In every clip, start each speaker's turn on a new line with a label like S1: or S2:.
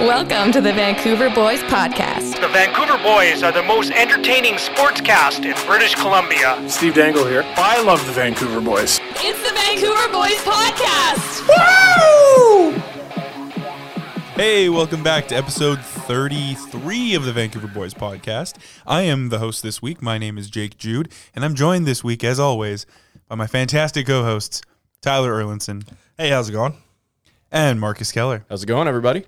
S1: Welcome to the Vancouver Boys Podcast.
S2: The Vancouver Boys are the most entertaining sportscast in British Columbia.
S3: Steve Dangle here. I love the Vancouver boys.
S1: It's the Vancouver Boys Podcast.
S4: Hey, welcome back to episode 33 of the Vancouver Boys Podcast. I am the host this week. My name is Jake Jude, and I'm joined this week, as always, by my fantastic co hosts, Tyler Erlinson. Hey, how's it going? And Marcus Keller.
S5: How's it going, everybody?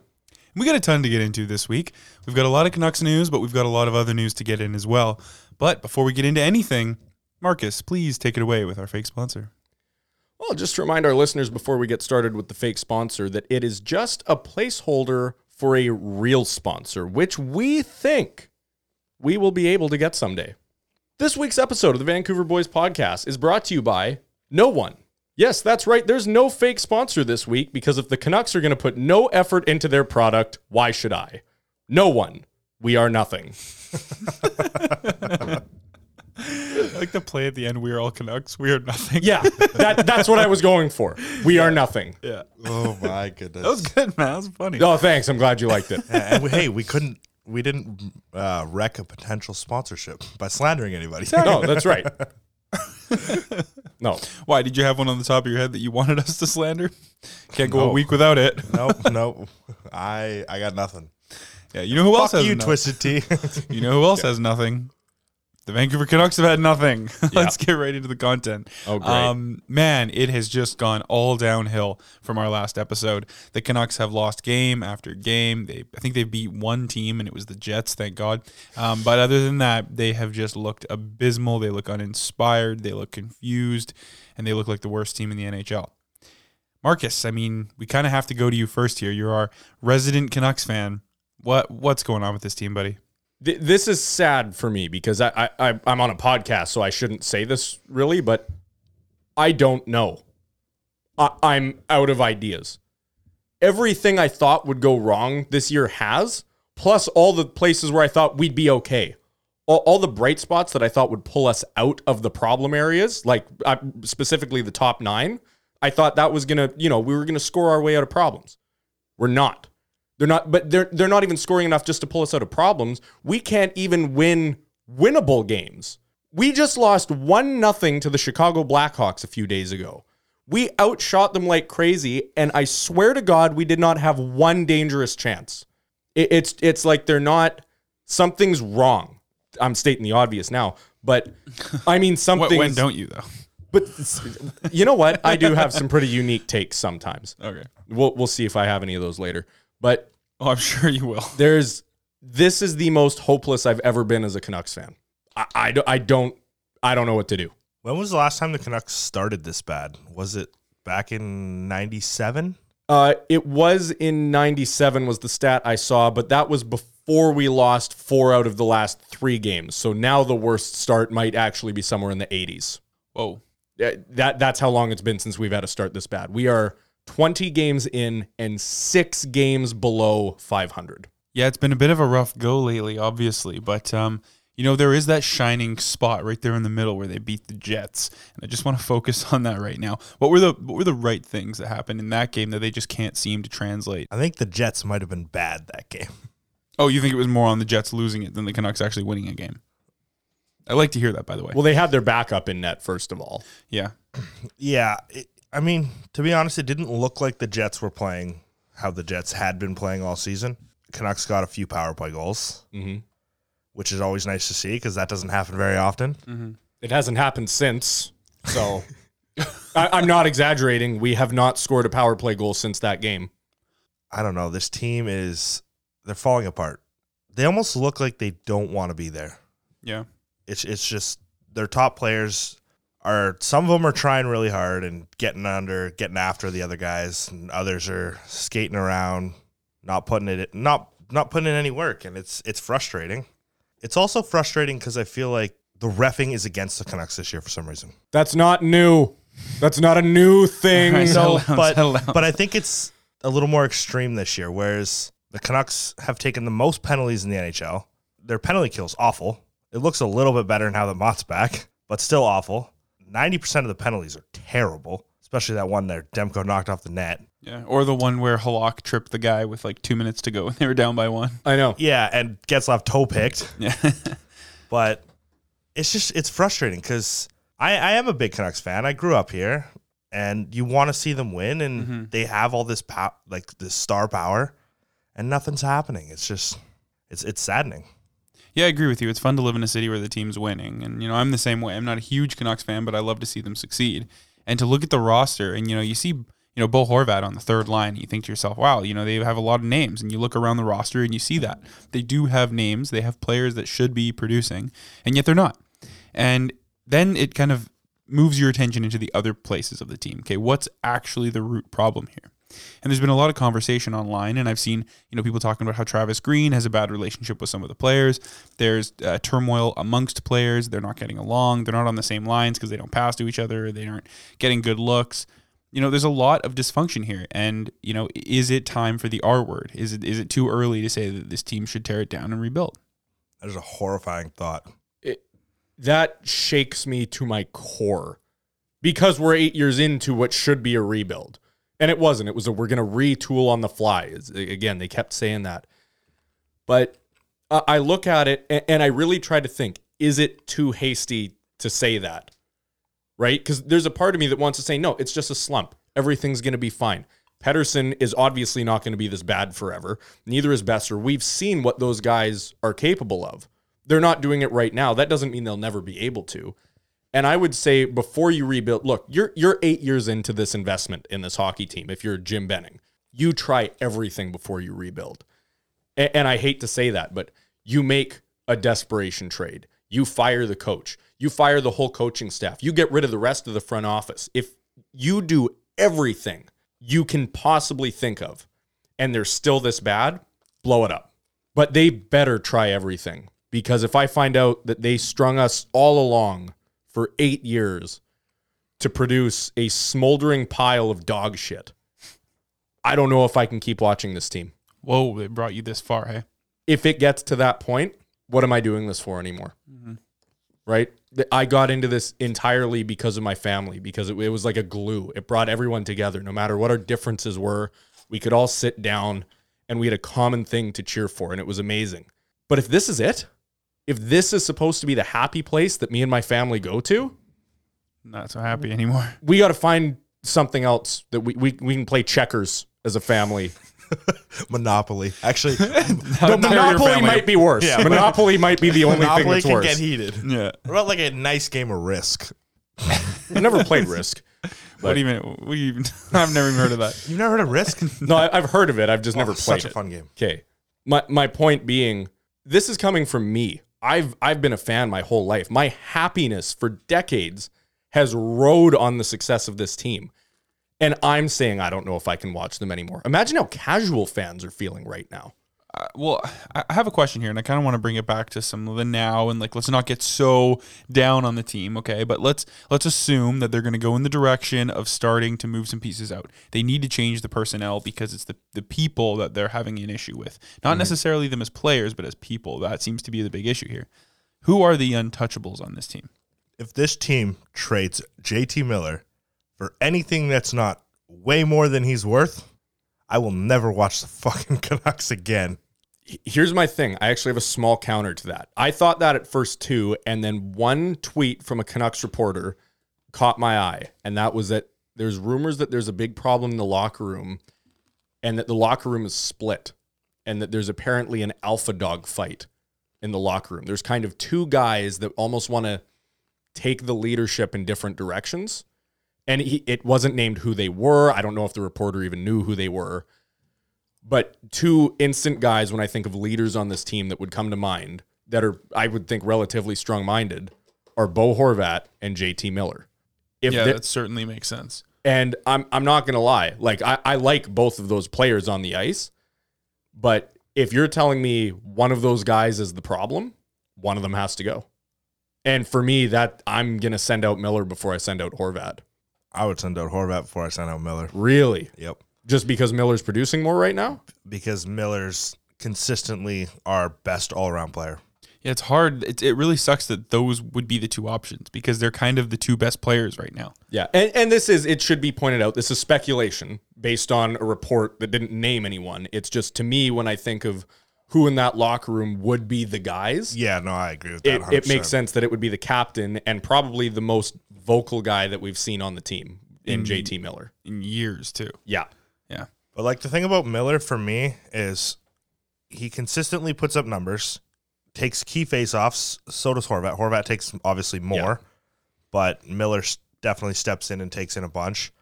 S4: We got a ton to get into this week. We've got a lot of Canucks news, but we've got a lot of other news to get in as well. But before we get into anything, Marcus, please take it away with our fake sponsor.
S5: Well, just to remind our listeners before we get started with the fake sponsor that it is just a placeholder for a real sponsor, which we think we will be able to get someday. This week's episode of the Vancouver Boys Podcast is brought to you by No One. Yes, that's right. There's no fake sponsor this week because if the Canucks are going to put no effort into their product, why should I? No one. We are nothing.
S4: like the play at the end, we are all Canucks, we are nothing.
S5: Yeah, that, that's what I was going for. We are nothing.
S4: Yeah.
S6: Oh my goodness!
S4: That was good, man. That was funny.
S5: Oh, thanks. I'm glad you liked it.
S6: And we- hey, we couldn't, we didn't uh, wreck a potential sponsorship by slandering anybody.
S5: No, that's right. No.
S4: Why did you have one on the top of your head that you wanted us to slander? Can't go a
S6: No.
S4: week without it.
S6: no, no, I, I got nothing.
S4: Yeah, you know who else
S6: Fuck
S4: has
S6: you,
S4: no-
S6: Twisted Tea.
S4: You know who else has nothing? The Vancouver Canucks have had nothing. Let's get right into the content. Um,
S5: Oh, great.
S4: man, it has just gone all downhill from our last episode. The Canucks have lost game after game. They, I think they beat one team, and it was the Jets. Thank God. Um, but other than that, they have just looked abysmal. They look uninspired. They look confused, and they look like the worst team in the NHL. Marcus, I mean, we kind of have to go to you first here. You're our resident Canucks fan. What what's going on with this team, buddy?
S5: Th- this is sad for me because I, I, I I'm on a podcast, so I shouldn't say this really, but I don't know. I, I'm out of ideas. Everything I thought would go wrong this year has, plus all the places where I thought we'd be okay. All, all the bright spots that I thought would pull us out of the problem areas, like uh, specifically the top nine, I thought that was gonna, you know, we were gonna score our way out of problems. We're not. They're not, but they're they're not even scoring enough just to pull us out of problems. We can't even win winnable games. We just lost one nothing to the Chicago Blackhawks a few days ago. We outshot them like crazy, and I swear to God, we did not have one dangerous chance. It- it's it's like they're not. Something's wrong. I'm stating the obvious now, but I mean
S4: What,
S5: something.
S4: when don't you though?
S5: But you know what? I do have some pretty unique takes sometimes.
S4: Okay.
S5: We'll we'll see if I have any of those later. But
S4: Oh, I'm sure you will.
S5: there's this is the most hopeless I've ever been as a Canucks fan. I, I, do- I don't I don't know what to do.
S6: when was the last time the Canucks started this bad? Was it back in '97?
S5: Uh, it was in '97 was the stat I saw, but that was before we lost four out of the last three games. So now the worst start might actually be somewhere in the 80s.
S4: Whoa.
S5: Uh, That that's how long it's been since we've had a start this bad. We are 20 games in and six games below 500.
S4: Yeah, it's been a bit of a rough go lately, obviously, but um, you know there is that shining spot right there in the middle where they beat the Jets, and I just want to focus on that right now. What were the what were the right things that happened in that game that they just can't seem to translate?
S6: I think the Jets might have been bad that game.
S4: Oh, you think it was more on the Jets losing it than the Canucks actually winning a game? I like to hear that, by the way.
S5: Well, they had their backup in net first of all.
S4: yeah,
S6: Yeah, it, I mean, to be honest, it didn't look like the Jets were playing how the Jets had been playing all season. Canucks got a few power play goals,
S5: Mhm.
S6: which is always nice to see because that doesn't happen very often.
S5: It hasn't happened since. So I, I'm not exaggerating. We have not scored a power play goal since that game.
S6: I don't know. This team is they're falling apart. They almost look like they don't want to be there.
S4: yeah.
S6: It's it's just their top players are some of them are trying really hard and getting under, getting after the other guys, and others are skating around, not putting it not not putting in any work, and it's it's frustrating. It's also frustrating because I feel like the refing is against the Canucks this year for some reason.
S5: That's not new. That's not a new thing.
S4: All right, so-
S6: No,
S4: Settle down,
S6: but
S4: settle down.
S6: but I think it's a little more extreme this year. Whereas the Canucks have taken the most penalties in the NHL. Their penalty kill's awful. It looks a little bit better now that Mott's back, but still awful. Ninety percent of the penalties are terrible, especially that one there. Demko knocked off the net.
S4: Yeah, or the one where Halak tripped the guy with like two minutes to go and they were down by one.
S5: I know.
S6: Yeah, and Getzlaff toe picked.
S4: Yeah.
S6: but it's just it's frustrating because I, I am a big Canucks fan. I grew up here, and you want to see them win, and
S5: Mm-hmm.
S6: they have all this pow- like this star power, and nothing's happening. It's just it's it's saddening.
S4: Yeah, I agree with you. It's fun to live in a city where the team's winning. And, you know, I'm the same way. I'm not a huge Canucks fan, but I love to see them succeed. And to look at the roster and, you know, you see, you know, Bo Horvat on the third line, and you think to yourself, wow, you know, they have a lot of names. And you look around the roster and you see that. They do have names, they have players that should be producing, and yet they're not. And then it kind of moves your attention into the other places of the team. Okay, what's actually the root problem here? And there's been a lot of conversation online, and I've seen you know people talking about how Travis Green has a bad relationship with some of the players. There's uh, turmoil amongst players; they're not getting along, they're not on the same lines because they don't pass to each other, they aren't getting good looks. You know, there's a lot of dysfunction here, and you know, is it time for the R word? Is it is it too early to say that this team should tear it down and rebuild?
S6: That is a horrifying thought.
S5: That shakes me to my core because we're eight years into what should be a rebuild. And it wasn't. It was a we're going to retool on the fly. It's- again, they kept saying that. But I I look at it a- and I really try to think is it too hasty to say that? Right? Because there's a part of me that wants to say, no, it's just a slump. Everything's going to be fine. Pedersen is obviously not going to be this bad forever. Neither is Besser. We've seen what those guys are capable of. They're not doing it right now. That doesn't mean they'll never be able to. And I would say before you rebuild, look, you're you're eight years into this investment in this hockey team. If you're Jim Benning, you try everything before you rebuild. A- and, I hate to say that, but you make a desperation trade. You fire the coach. You fire the whole coaching staff. You get rid of the rest of the front office. If you do everything you can possibly think of and they're still this bad, blow it up. But they better try everything because if I find out that they strung us all along for eight years to produce a smoldering pile of dog shit, I don't know if I can keep watching this team
S4: Whoa, they brought you this far, hey?
S5: if it gets to that point, what am I doing this for anymore? Right? Th- I got into this entirely because of my family, because it, it was like a glue. It brought everyone together, no matter what our differences were. We could all sit down and we had a common thing to cheer for, and it was amazing. But if this is it, if this is supposed to be the happy place that me and my family go to,
S4: Not so happy anymore.
S5: we got to find something else that we, we, we can play checkers as a family.
S6: Monopoly. Actually,
S5: But
S4: tear your
S5: Monopoly
S4: family
S5: might be worse.
S6: Yeah, but-
S5: Monopoly might be the only thing
S6: Monopoly
S5: that's
S6: can
S5: worse.
S6: get heated.
S4: Yeah.
S6: What about like a nice game of Risk?
S5: I've never played Risk.
S4: What do you mean? What do you even? I've never even heard of that.
S6: You've never heard of Risk?
S5: No, I, I've heard of it. I've just never
S6: Oh,
S5: played
S6: such a
S5: it.
S6: fun game.
S5: Okay. My my point being, this is coming from me. I've I've been a fan my whole life. My happiness for decades has rode on the success of this team. And I'm saying I don't know if I can watch them anymore. Imagine how casual fans are feeling right now.
S4: well, I I have a question here, and I kind of want to bring it back to some of the now, and like let's not get so down on the team, okay? But let's let's assume that they're going to go in the direction of starting to move some pieces out. They need to change the personnel because it's the the people that they're having an issue with, not
S5: Mm-hmm.
S4: necessarily them as players, but as people. That seems to be the big issue here. Who are the untouchables on this team?
S6: if this team trades JT Miller for anything that's not way more than he's worth, I will never watch the fucking Canucks again.
S5: here's my thing. I actually have a small counter to that. I thought that at first too, and then one tweet from a Canucks reporter caught my eye, and that was that there's rumors that there's a big problem in the locker room, and that the locker room is split, and that there's apparently an alpha dog fight in the locker room. There's kind of two guys that almost want to take the leadership in different directions. And he, it wasn't named who they were. I don't know if the reporter even knew who they were but two instant guys when I think of leaders on this team that would come to mind that are I would think relatively strong minded are Bo Horvat and JT Miller. If
S4: Yeah,
S5: they-
S4: that certainly makes sense.
S5: and I'm I'm not gonna lie, like I, I like both of those players on the ice, but if you're telling me one of those guys is the problem, one of them has to go. And for me, that I'm gonna send out Miller before I send out Horvat.
S6: I would send out Horvat before I send out Miller.
S5: Really?
S6: Yep.
S5: Just because Miller's producing more right now?
S6: Because Miller's consistently our best all around player.
S4: It's hard. It, it really sucks that those would be the two options because they're kind of the two best players right now.
S5: Yeah, and, and this is it should be pointed out. This is speculation based on a report that didn't name anyone. It's just to me when I think of who in that locker room would be the guys,
S6: Yeah, no, I agree with that.
S5: it, it makes
S6: 100%.
S5: sense that it would be the captain and probably the most vocal guy that we've seen on the team in JT Miller.
S4: In years too.
S5: Yeah,
S4: Yeah.
S6: But like the thing about Miller for me is he consistently puts up numbers, takes key faceoffs. So does Horvat. Horvat takes obviously more, but Miller s- definitely steps in and takes in a bunch.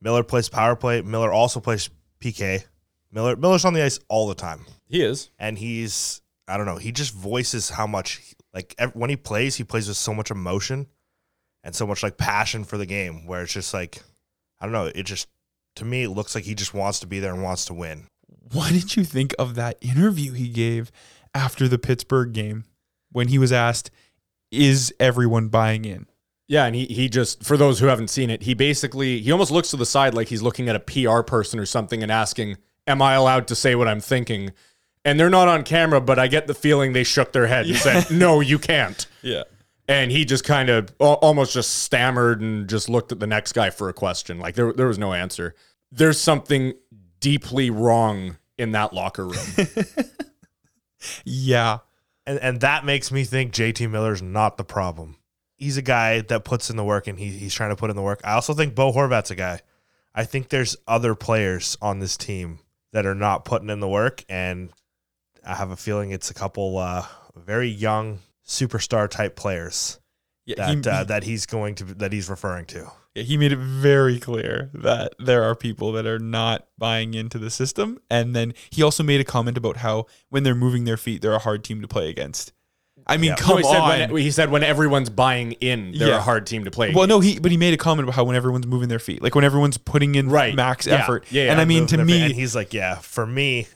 S6: Miller plays power play. Miller also plays PK. Miller Miller's on the ice all the time,
S5: he is.
S6: and he's I don't know. He just voices how much like ev- when he plays, he plays with so much emotion and so much like passion for the game. Where it's just like I don't know. It just to me it looks like he just wants to be there and wants to win.
S4: What did you think of that interview he gave after the Pittsburgh game when he was asked, "Is everyone buying in?"
S5: Yeah, and he he just for those who haven't seen it, he basically he almost looks to the side like he's looking at a PR person or something and asking, "Am I allowed to say what I'm thinking?" And they're not on camera, but I get the feeling they shook their head and said, "No, you can't."
S4: Yeah.
S5: And he just kind of al- almost just stammered and just looked at the next guy for a question. Like there there was no answer. There's something deeply wrong in that locker room.
S4: Yeah.
S6: And and that makes me think JT Miller's not the problem. He's a guy that puts in the work and he, he's trying to put in the work. I also think Bo Horvat's a guy. I think there's other players on this team that are not putting in the work and I have a feeling it's a couple uh, very young superstar type players
S4: Yeah,
S6: that
S4: he-
S6: uh, that he's going to that he's referring to.
S4: Yeah, he made it very clear that there are people that are not buying into the system. And then he also made a comment about how when they're moving their feet, they're a hard team to play against. I mean,
S5: No,
S4: come
S5: he, said
S4: on.
S5: when, e, he said when everyone's buying in, they're
S4: Yeah.
S5: a hard team to play.
S4: well, no, he but he made a comment about how when everyone's moving their feet, like when everyone's putting in
S5: Right.
S4: max
S5: Yeah.
S4: effort.
S5: Yeah, yeah,
S4: and I mean,
S6: Moving
S4: to
S6: their fa- and
S4: me,
S6: he's like, yeah, for me,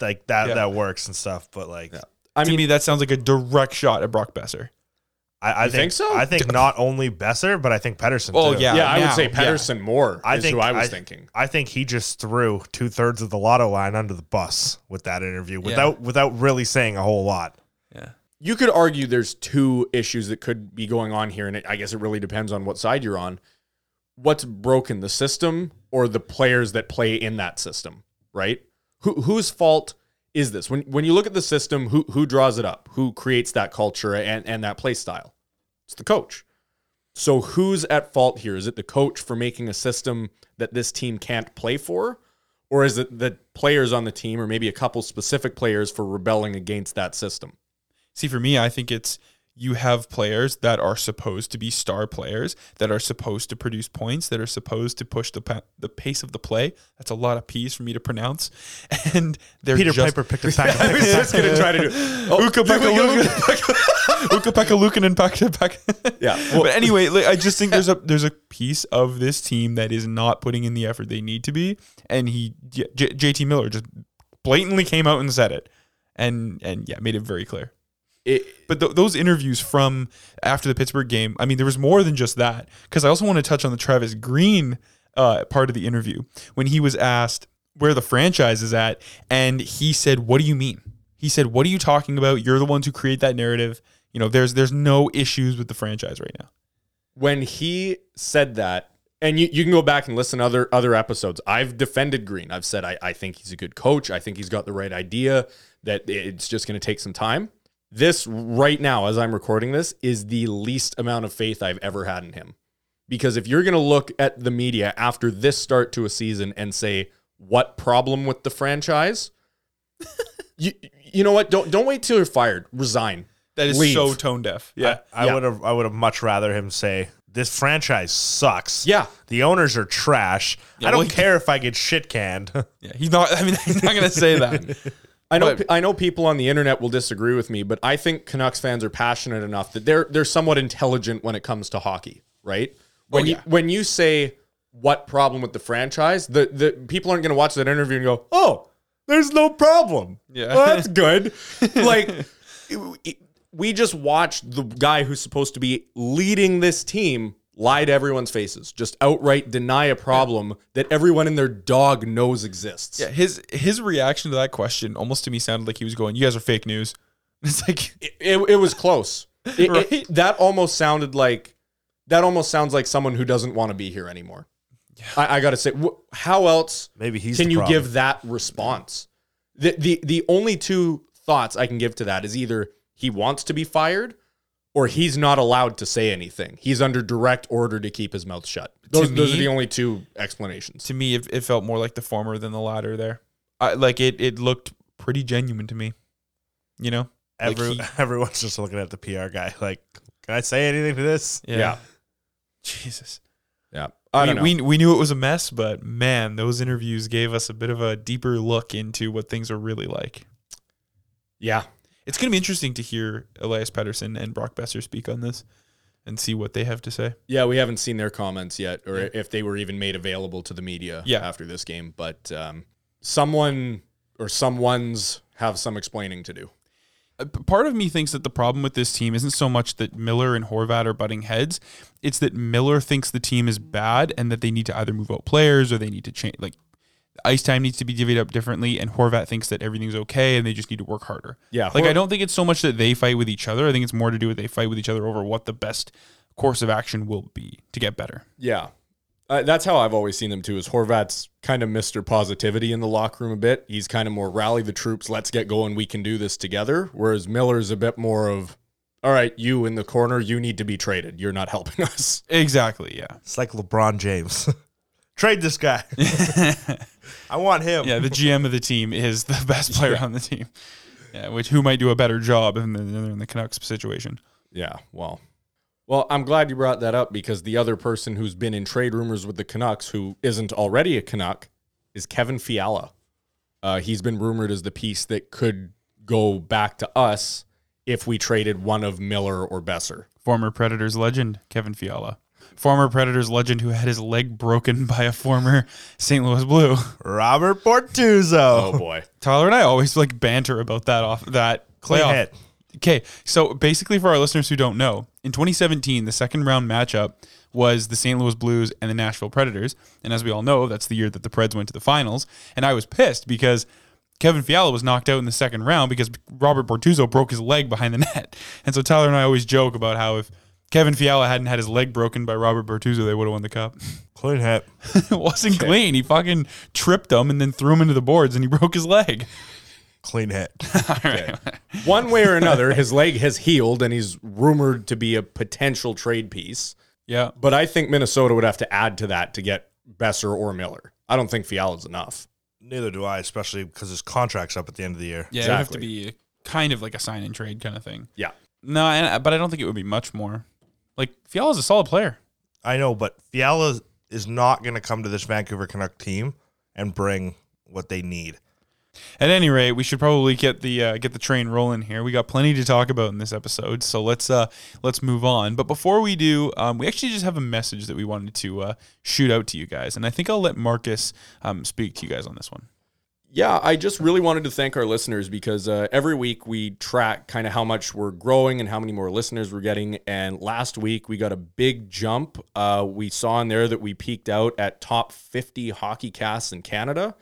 S6: like that
S4: Yeah.
S6: that works and stuff. But like,
S5: I
S4: to me, that sounds like a direct shot at Brock Besser.
S6: I, I think,
S5: think so?
S6: I think not only Besser, but I think Pedersen.
S4: Oh,
S6: too.
S4: yeah.
S5: yeah, I
S4: now,
S5: would say
S4: yeah.
S5: Pedersen more
S6: I
S5: is
S6: think
S5: who I was thinking.
S6: I think he just threw two thirds of the lotto line under the bus with that interview without without really saying a whole lot.
S5: You could argue there's two issues that could be going on here, and it, I guess it really depends on what side you're on. What's broken, the system or the players that play in that system, right? Who, whose fault is this? When when you look at the system, who who draws it up? Who creates that culture and, and that play style? It's the coach. So who's at fault here? Is it the coach for making a system that this team can't play for? Or is it the players on the team, or maybe a couple specific players for rebelling against that system?
S4: See, for me, I think it's you have players that are supposed to be star players, that are supposed to produce points, that are supposed to push the pa- the pace of the play. That's a lot of P's for me to pronounce, and they're
S6: Peter
S4: just Oh,
S6: Piper picked a pack of
S5: was just gonna try to do.
S4: Uka Pekka Luka- Uka Pekka Lukin and Pekka Pekka.
S5: Yeah, well-
S4: but anyway, like, I just think there's a there's a piece of this team that is not putting in the effort they need to be, and he J- J- JT Miller just blatantly came out and said it, and and yeah, made it very clear.
S5: It,
S4: But th- those interviews from after the Pittsburgh game, I mean, there was more than just that. Because I also want to touch on the Travis Green uh, part of the interview when he was asked where the franchise is at, and he said, "What do you mean?" He said, "What are you talking about? You're the ones who create that narrative. You know, there's there's no issues with the franchise right now."
S5: when he said that, and you, you can go back and listen to other other episodes. I've defended Green. I've said I, I think he's a good coach. I think he's got the right idea. That it's just going to take some time. This right now, as I'm recording this, is the least amount of faith I've ever had in him. Because if you're going to look at the media after this start to a season and say what problem with the franchise, you you know what? Don't don't wait till you're fired. Resign.
S4: That is
S5: Leave.
S4: so tone deaf. Yeah,
S6: I would have I would have much rather him say this franchise sucks.
S5: Yeah.
S6: the owners are trash. I
S4: well,
S6: don't
S4: he-
S6: care if I get shit canned.
S4: yeah. He's not. I mean, he's not going to say that.
S5: I know I know people on the internet will disagree with me, but I think Canucks fans are passionate enough that they're they're somewhat intelligent when it comes to hockey, right? When you when you say what problem with the franchise, the, the people aren't gonna watch that interview and go, Oh, there's no problem.
S4: Yeah.
S5: Well, that's good. like it- it- we just watched the guy who's supposed to be leading this team lie to everyone's faces, just outright deny a problem that everyone and their dog knows exists.
S4: Yeah, his his reaction to that question almost to me sounded like he was going, "You guys are fake news." It's like
S5: It, it, it was close. It- it-
S4: Right.
S5: that almost sounded like that almost sounds like someone who doesn't want to be here anymore. I, I gotta say, wh- how else
S6: Maybe he's
S5: can
S6: the
S5: you
S6: problem.
S5: give that response? The, the the only two thoughts I can give to that is either he wants to be fired or he's not allowed to say anything. He's under direct order to keep his mouth shut. Those, those are
S4: me-
S5: the only two explanations.
S4: to me, it, it felt more like the former than the latter. There, I, like it. It looked pretty genuine to me. You know, Like
S6: Every,
S4: he-
S6: everyone's just looking at the PR guy like, can I say anything to this?
S5: Yeah.
S4: Jesus.
S5: yeah. I
S4: we,
S5: don't know.
S4: we we knew it was a mess, but man, those interviews gave us a bit of a deeper look into what things are really like.
S5: yeah.
S4: It's going to be interesting to hear Elias Patterson and Brock Besser speak on this and see what they have to say.
S5: Yeah, we haven't seen their comments yet, or if they were even made available to the media
S4: Yeah.
S5: after this game. But um, someone or someone's have some explaining to do.
S4: Uh, p- Part of me thinks that the problem with this team isn't so much that Miller and Horvat are butting heads; it's that Miller thinks the team is bad and that they need to either move out players or they need to change. Like ice time needs to be divvied up differently, and Horvat thinks that everything's okay and they just need to work harder.
S5: Yeah,
S4: like
S5: Hor-
S4: I don't think it's so much that they fight with each other. I think it's more to do with they fight with each other over what the best course of action will be to get better.
S5: Yeah, uh, that's how I've always seen them too. Is Horvat's kind of Mister Positivity in the locker room a bit? He's kind of more rally the troops, let's get going, we can do this together. Whereas Miller's a bit more of, all right, you in the corner, you need to be traded. You're not helping us.
S4: Exactly. Yeah.
S6: It's like LeBron James. Trade this guy. I want him.
S4: Yeah, the GM of the team is the best player on the team. Yeah, which who might do a better job in the, in the Canucks situation?
S5: Yeah, well. Well, I'm glad you brought that up because the other person who's been in trade rumors with the Canucks who isn't already a Canuck is Kevin Fiala. Uh, he's been rumored as the piece that could go back to us if we traded one of Miller or Besser.
S4: Former Predators legend Kevin Fiala, former Predators legend who had his leg broken by a former St. Louis Blue.
S6: Robert Portuzo.
S5: Oh, boy.
S4: Tyler and I always like banter about that off that
S6: Clay
S4: playoff.
S6: hit.
S4: Okay, so basically, for our listeners who don't know, in 2017, the second round matchup was the St. Louis Blues and the Nashville Predators. And as we all know, that's the year that the Preds went to the finals. And I was pissed because Kevin Fiala was knocked out in the second round because Robert Bortuzzo broke his leg behind the net. And so Tyler and I always joke about how if Kevin Fiala hadn't had his leg broken by Robert Bortuzzo, they would have won the cup.
S6: Clean hit.
S4: it wasn't clean. He fucking tripped him and then threw him into the boards and he broke his leg.
S6: Clean hit.
S5: One way or another, his leg has healed and he's rumored to be a potential trade piece.
S4: Yeah.
S5: But I think Minnesota would have to add to that to get Besser or Miller. I don't think Fiala's enough.
S6: Neither do I, especially because his contract's up at the end of the year.
S4: Yeah, it would have to
S5: Exactly.
S4: be kind of like a sign and trade kind of thing.
S5: Yeah.
S4: No, and, but I don't think it would be much more. Like Fiala's a solid player.
S6: I know, but Fiala is not going to come to this Vancouver Canuck team and bring what they need.
S4: At any rate, we should probably get the uh, get the train rolling here. We got plenty to talk about in this episode, so let's uh, let's move on. But before we do, um, we actually just have a message that we wanted to uh, shoot out to you guys, and I think I'll let Marcus um, speak to you guys on this one.
S5: Yeah, I just really wanted to thank our listeners because uh, every week we track kind of how much we're growing and how many more listeners we're getting. And last week we got a big jump. Uh, we saw in there that we peaked out at top 50 hockey casts in Canada.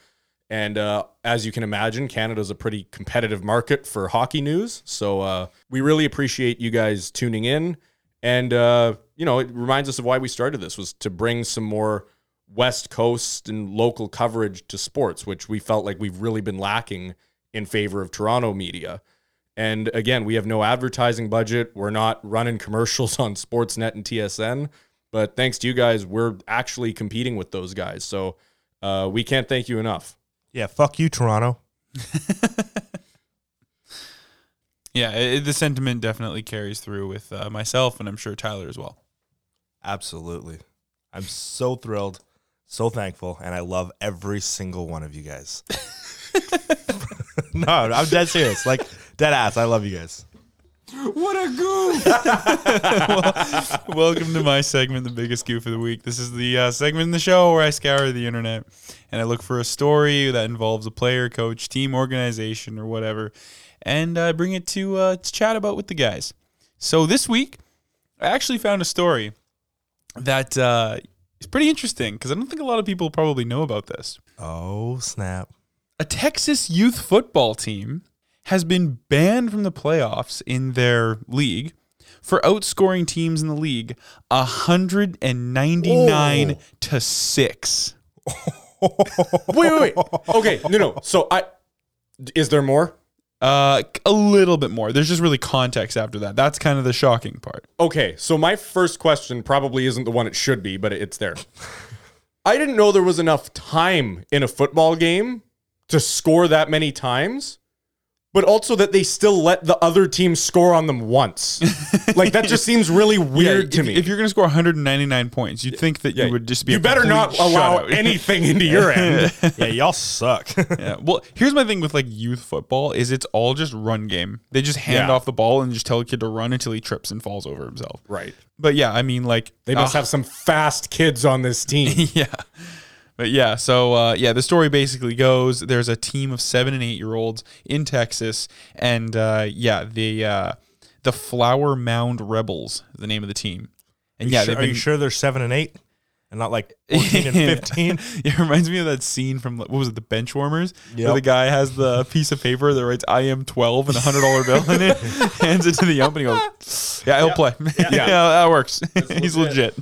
S5: And uh, as you can imagine, Canada's a pretty competitive market for hockey news. So uh, we really appreciate you guys tuning in. And, uh, you know, it reminds us of why we started this was to bring some more West Coast and local coverage to sports, which we felt like we've really been lacking in favor of Toronto media. And again, we have no advertising budget. We're not running commercials on Sportsnet and TSN. But thanks to you guys, we're actually competing with those guys. So uh, we can't thank you enough.
S6: Yeah, fuck you, Toronto.
S4: Yeah, i i- the sentiment definitely carries through with uh, myself, and I'm sure Tyler as well.
S6: Absolutely. I'm so thrilled, so thankful, and I love every single one of you guys. no, I'm dead serious. Like, dead ass. I love you guys.
S4: Welcome to my segment, The Biggest Goof of the Week. This is the uh, segment in the show where I scour the internet and I look for a story that involves a player, coach, team, organization, or whatever, and I bring it to, uh, to chat about with the guys. So this week, I actually found a story that uh, is pretty interesting because I don't think a lot of people probably know about this.
S6: Oh, snap.
S4: A Texas youth football team has been banned from the playoffs in their league for outscoring teams in the league 199 to 6.
S5: Wait, wait, wait. Okay, no, no. So I is there more?
S4: Uh, a little bit more. There's just really context after that. That's kind of the shocking part.
S5: Okay, so my first question probably isn't the one it should be, but it's there. I didn't know there was enough time in a football game to score that many times, but also that they still let the other team score on them once. like that just seems really weird
S4: if,
S5: to me.
S4: if you're going to score 199 points, you'd think that
S5: Yeah,
S4: you would just be.
S5: you
S4: a
S5: better
S4: complete
S5: not allow
S4: shutout.
S5: anything into your end.
S6: yeah, y'all suck.
S4: Yeah. Well, here's my thing with like youth football is it's all just run game. They just hand
S5: Yeah.
S4: off the ball and just tell a kid to run until he trips and falls over himself.
S5: right.
S4: But yeah, I mean like uh,
S5: They must have some fast kids on this team.
S4: yeah. But yeah, so uh, yeah, the story basically goes: there's a team of seven and eight year olds in Texas, and uh, yeah, the uh, the Flower Mound Rebels, is the name of the team, and yeah,
S6: Sure-
S4: they've
S6: are
S4: been,
S6: you sure they're seven and eight and not like fourteen and fifteen?
S4: it reminds me of that scene from what was it, the Benchwarmers, where the guy has the piece of paper that writes "I am 12" and a hundred dollar bill in it, hands it to the ump, and he goes, "Yeah, he'll play. Yeah. that works. He's legit."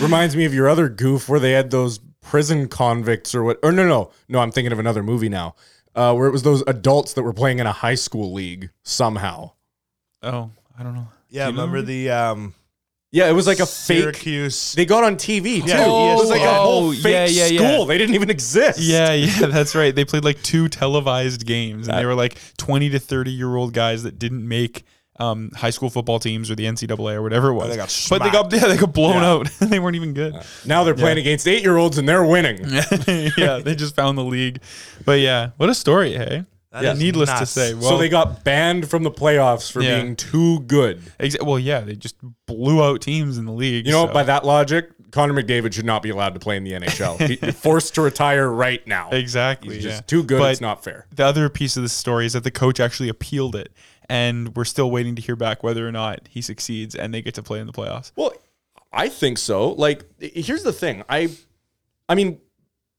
S5: Reminds me of your other goof where they had those prison convicts or what? Or no, no, no. I'm thinking of another movie now, uh, where it was those adults that were playing in a high school league somehow.
S4: oh, I don't know.
S6: Yeah,
S4: Do you
S6: remember the um,
S5: Yeah, it was like a fake.
S6: Syracuse?
S5: They got on TV too.
S6: Yeah,
S5: it was like a
S6: ESPN.
S5: whole
S4: Oh,
S5: fake
S4: yeah, yeah, yeah.
S5: school. They didn't even exist.
S4: Yeah, yeah, that's right. They played like two televised games, and they were like twenty to thirty year old guys that didn't make um, high school football teams or the NCAA or whatever it
S5: Oh,
S4: was.
S6: they got
S4: but they got yeah, they got blown out. they weren't even good.
S5: Now they're playing against eight year olds and they're winning.
S4: Mm. yeah, they just found the league. But yeah, what a story, hey? yeah,
S6: is
S4: needless to
S6: nuts.
S4: say. Well,
S5: so they got banned from the playoffs for
S4: Yeah.
S5: being too good.
S4: exa- well, yeah, they just blew out teams in the league.
S5: You know, what?
S4: so-
S5: by that logic, Connor McDavid should not be allowed to play in the NHL. He- forced to retire right now.
S4: exactly,
S5: He's just
S4: yeah.
S5: too good.
S4: But
S5: it's not fair.
S4: The other piece of the story is that the coach actually appealed it, and we're still waiting to hear back whether or not he succeeds, and they get to play in the playoffs.
S5: Well, I think so. Like, i- here's the thing. I, I mean,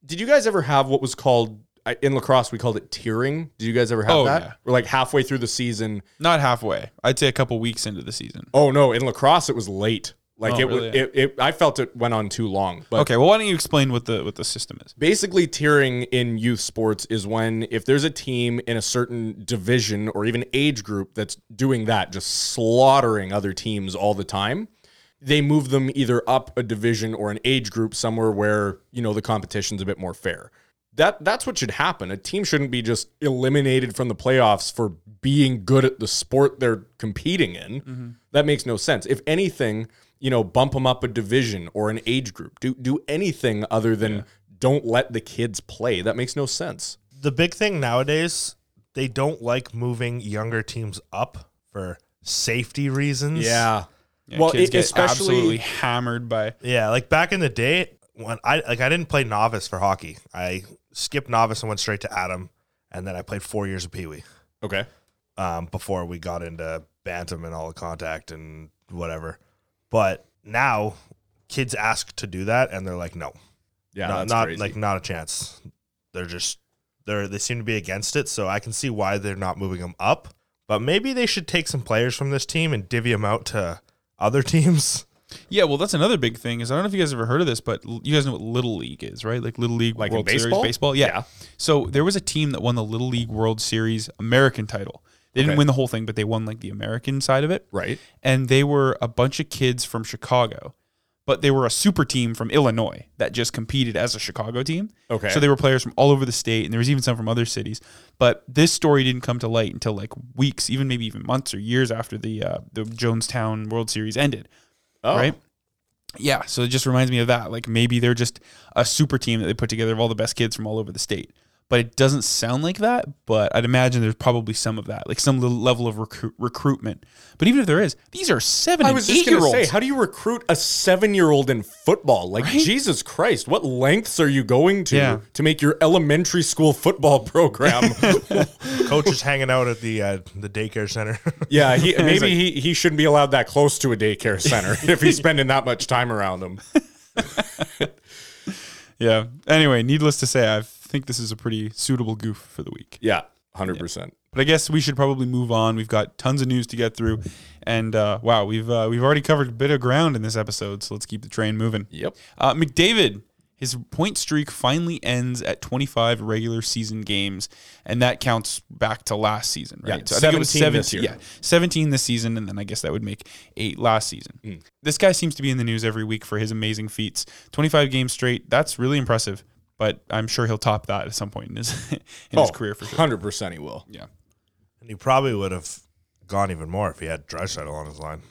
S5: did you guys ever have what was called I- in lacrosse? We called it tearing. Did you guys ever have
S4: Oh,
S5: that?
S4: yeah.
S5: Or like halfway through the season?
S4: Not halfway. I'd say a couple weeks into the season.
S5: Oh no, in lacrosse it was late. Like
S4: Oh,
S5: it, was.
S4: really?
S5: it, it, I felt it went on too long. But
S4: Okay, well, why don't you explain what the what the system is?
S5: basically tiering in youth sports is when if there's a team in a certain division or even age group that's doing that just slaughtering other teams all the time they move them either up a division or an age group somewhere where you know the competition's a bit more fair that that's what should happen a team shouldn't be just eliminated from the playoffs for being good at the sport they're competing in
S4: Mm-hmm.
S5: that makes no sense if anything you know bump them up a division or an age group do do anything other than don't let the kids play that makes no sense
S6: the big thing nowadays, they don't like moving younger teams up for safety reasons.
S4: Yeah,
S5: well
S4: kids
S5: it-
S4: get
S5: especially
S4: absolutely hammered by
S6: Yeah, like back in the day when I like I didn't play novice for hockey. I skipped novice and went straight to Adam, and then I played four years of Pee Wee
S5: okay
S6: um, before we got into bantam and all the contact and whatever. But now kids ask to do that, and they're like, no,
S5: yeah
S6: not,
S5: that's
S6: not
S5: crazy.
S6: like not a chance. They're just they're they seem to be against it, so I can see why they're not moving them up. But maybe they should take some players from this team and divvy them out to other teams.
S4: Yeah, well, that's another big thing. Is I don't know if you guys ever heard of this, but l- you guys know what Little League is, right? Like Little League
S5: Like in
S4: World
S5: baseball?
S4: Series baseball. Yeah.
S5: Yeah.
S4: So there was a team that won the Little League World Series American title. They didn't
S5: Okay.
S4: win the whole thing, but they won like the American side of it.
S5: Right.
S4: And they were a bunch of kids from Chicago, but they were a super team from Illinois that just competed as a Chicago team.
S5: Okay.
S4: So they were players from all over the state, and there was even some from other cities. But this story didn't come to light until like weeks, even maybe even months or years after the uh, the Jonestown World Series ended
S5: Oh.
S4: right? Yeah, so it just reminds me of that. Like maybe they're just a super team that they put together of all the best kids from all over the state. But it doesn't sound like that. But I'd imagine there's probably some of that, like some little level of recruit recruitment. But even if there is, these are seven
S5: I
S4: and
S5: was
S4: eight
S5: just gonna
S4: year olds.
S5: say, how do you recruit a seven-year-old in football? Like
S4: Right?
S5: Jesus Christ, what lengths are you going to
S4: Yeah.
S5: to make your elementary school football program?
S6: Coach is hanging out at the uh, the daycare center.
S5: yeah, he, maybe he, he shouldn't be allowed that close to a daycare center if he's spending that much time around them.
S4: yeah. Anyway, needless to say, I think this is a pretty suitable goof for the week.
S5: Yeah, hundred percent.
S4: But I guess we should probably move on. We've got tons of news to get through, and uh, wow, we've uh, we've already covered a bit of ground in this episode. So let's keep the train moving.
S5: Yep.
S4: Uh, McDavid, his point streak finally ends at 25 regular season games, and that counts back to last season, right?
S5: Yeah,
S4: I think it was
S5: 17 this year.
S4: Yeah, 17 this season, and then I guess that would make eight last season.
S5: Hmm.
S4: This guy seems to be in the news every week for his amazing feats. 25 games straight, that's really impressive, but I'm sure he'll top that at some point in his, in
S5: Oh,
S4: his career for sure.
S5: 100% he will.
S4: Yeah.
S6: And he probably would have gone even more if he had Drysaddle on his line.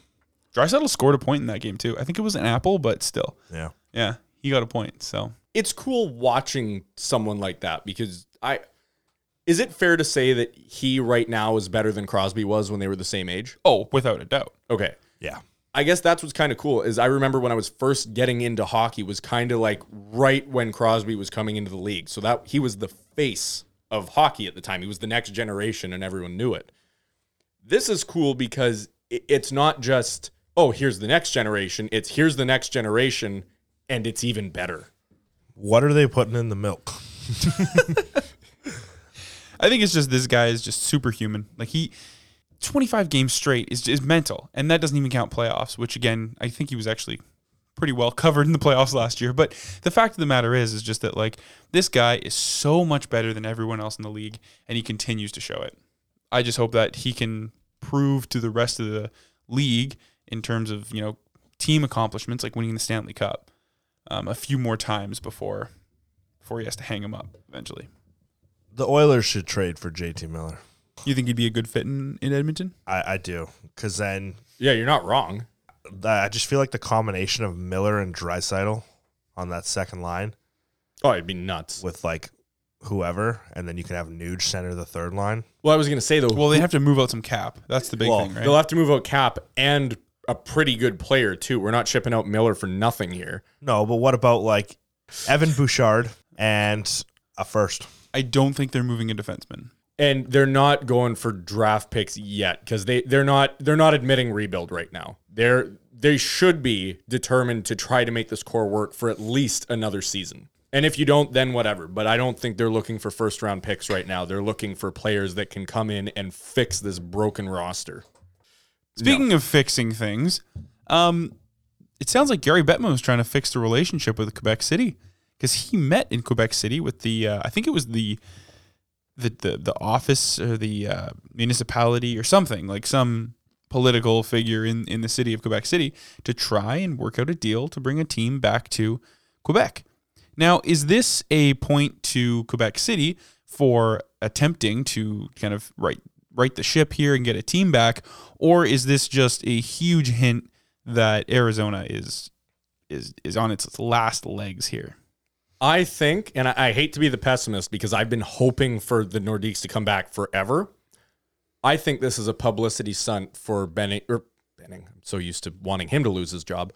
S4: Drysaddle scored a point in that game, too. I think it was an apple, but still.
S6: Yeah.
S4: Yeah, he got a point, so.
S5: It's cool watching someone like that because I is it fair to say that he right now is better than Crosby was when they were the same age?
S4: Oh, without a doubt.
S5: Okay.
S6: Yeah.
S5: I guess that's what's kind of cool is I remember when I was first getting into hockey was kind of like right when Crosby was coming into the league. So that he was the face of hockey at the time. He was the next generation and everyone knew it. This is cool because i- it's not just oh, here's the next generation. It's here's the next generation and it's even better.
S6: What are they putting in the milk?
S4: I think it's just this guy is just superhuman. Like he, 25 games straight is is mental, and that doesn't even count playoffs. Which again, I think he was actually pretty well covered in the playoffs last year. But the fact of the matter is, is just that like this guy is so much better than everyone else in the league, and he continues to show it. I just hope that he can prove to the rest of the league in terms of you know team accomplishments like winning the Stanley Cup um, a few more times before before he has to hang him up eventually.
S6: The Oilers should trade for JT Miller.
S4: You think he'd be a good fit in, in Edmonton?
S6: I, I do. Because then
S5: Yeah, you're not wrong.
S6: th- I just feel like the combination of Miller and Drysidle on that second line
S5: Oh, it'd be nuts.
S6: with like whoever, and then you can have Nuge center the third line.
S5: Well, I was going to say though,
S4: Well, they have to move out some cap. That's the big
S5: well,
S4: thing, right?
S5: they'll have to move out cap and a pretty good player too. We're not shipping out Miller for nothing here.
S6: No, but what about like Evan Bouchard and a first?
S4: I don't think they're moving a defenseman.
S5: and they're not going for draft picks yet because they they're not they're not admitting rebuild right now. They're they should be determined to try to make this core work for at least another season. And if you don't, then whatever. But I don't think they're looking for first round picks right now. They're looking for players that can come in and fix this broken roster.
S4: Speaking of fixing things, um, it sounds like Gary Bettman was trying to fix the relationship with Quebec City because he met in Quebec City with the uh, I think it was the the the, the office or the uh, municipality or something like some political figure in in the city of Quebec City to try and work out a deal to bring a team back to Quebec. Now, is this a point to Quebec City for attempting to kind of right right the ship here and get a team back, or is this just a huge hint that Arizona is is is on its last legs here?
S5: I think, and I, I hate to be the pessimist because I've been hoping for the Nordiques to come back forever. I think this is a publicity stunt for Benning. Or Benning. I'm so used to wanting him to lose his job.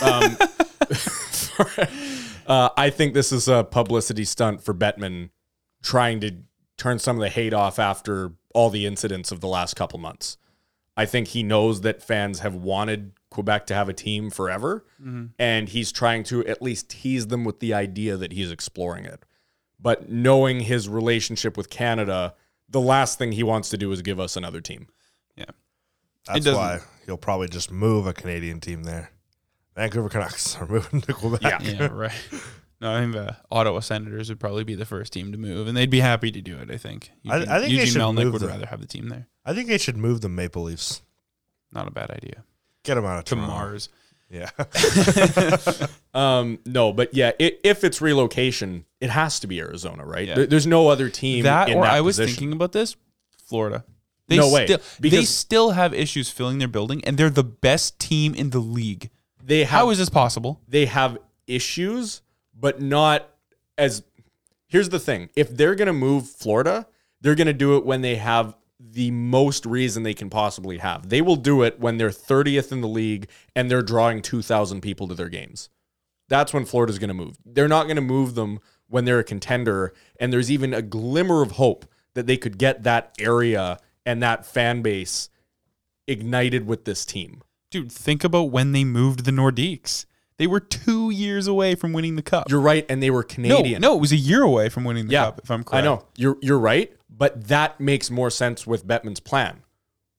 S5: Um, uh, I think this is a publicity stunt for Bettman trying to turn some of the hate off after all the incidents of the last couple months. I think he knows that fans have wanted Quebec to have a team forever, and he's trying to at least tease them with the idea that he's exploring it. But knowing his relationship with Canada, the last thing he wants to do is give us another team.
S4: Yeah.
S6: That's
S4: doesn't-
S6: why he'll probably just move a Canadian team there. Vancouver Canucks are moving to Quebec.
S4: Yeah, right. No, I think the Ottawa Senators would probably be the first team to move, and they'd be happy to do it. I think.
S6: I- I
S4: Eugene,
S6: think they
S4: Eugene
S6: should
S4: Melnick
S6: move
S4: would
S6: the-
S4: rather have the team there.
S6: I think they should move the Maple Leafs.
S4: Not a bad idea.
S6: Get them out of
S4: To
S6: Toronto.
S4: Mars.
S6: Yeah.
S5: Um, no, but yeah, i if it's relocation, it has to be Arizona, right?
S4: Yeah.
S5: There- there's no other team
S4: that
S5: in
S4: or
S5: that
S4: I was
S5: position.
S4: thinking about this, Florida. They
S5: No way,
S4: Still, they
S5: because-
S4: still have issues filling their building, and they're the best team in the league.
S5: They have
S4: How is this possible?
S5: they have issues, but not as. Here's the thing: if they're gonna move Florida, they're gonna do it when they have the most reason they can possibly have. They will do it when they're 30th in the league and they're drawing 2,000 people to their games. That's when Florida's gonna move. They're not gonna move them when they're a contender and there's even a glimmer of hope that they could get that area and that fan base ignited with this team.
S4: Dude, think about when they moved the Nordiques. They were two years away from winning the cup.
S5: You're right, and they were
S4: no,
S5: Canadian.
S4: no, it was a year away from winning the
S5: Yeah,
S4: cup. If I'm correct,
S5: I know you're you're right, But that makes more sense with Bettman's plan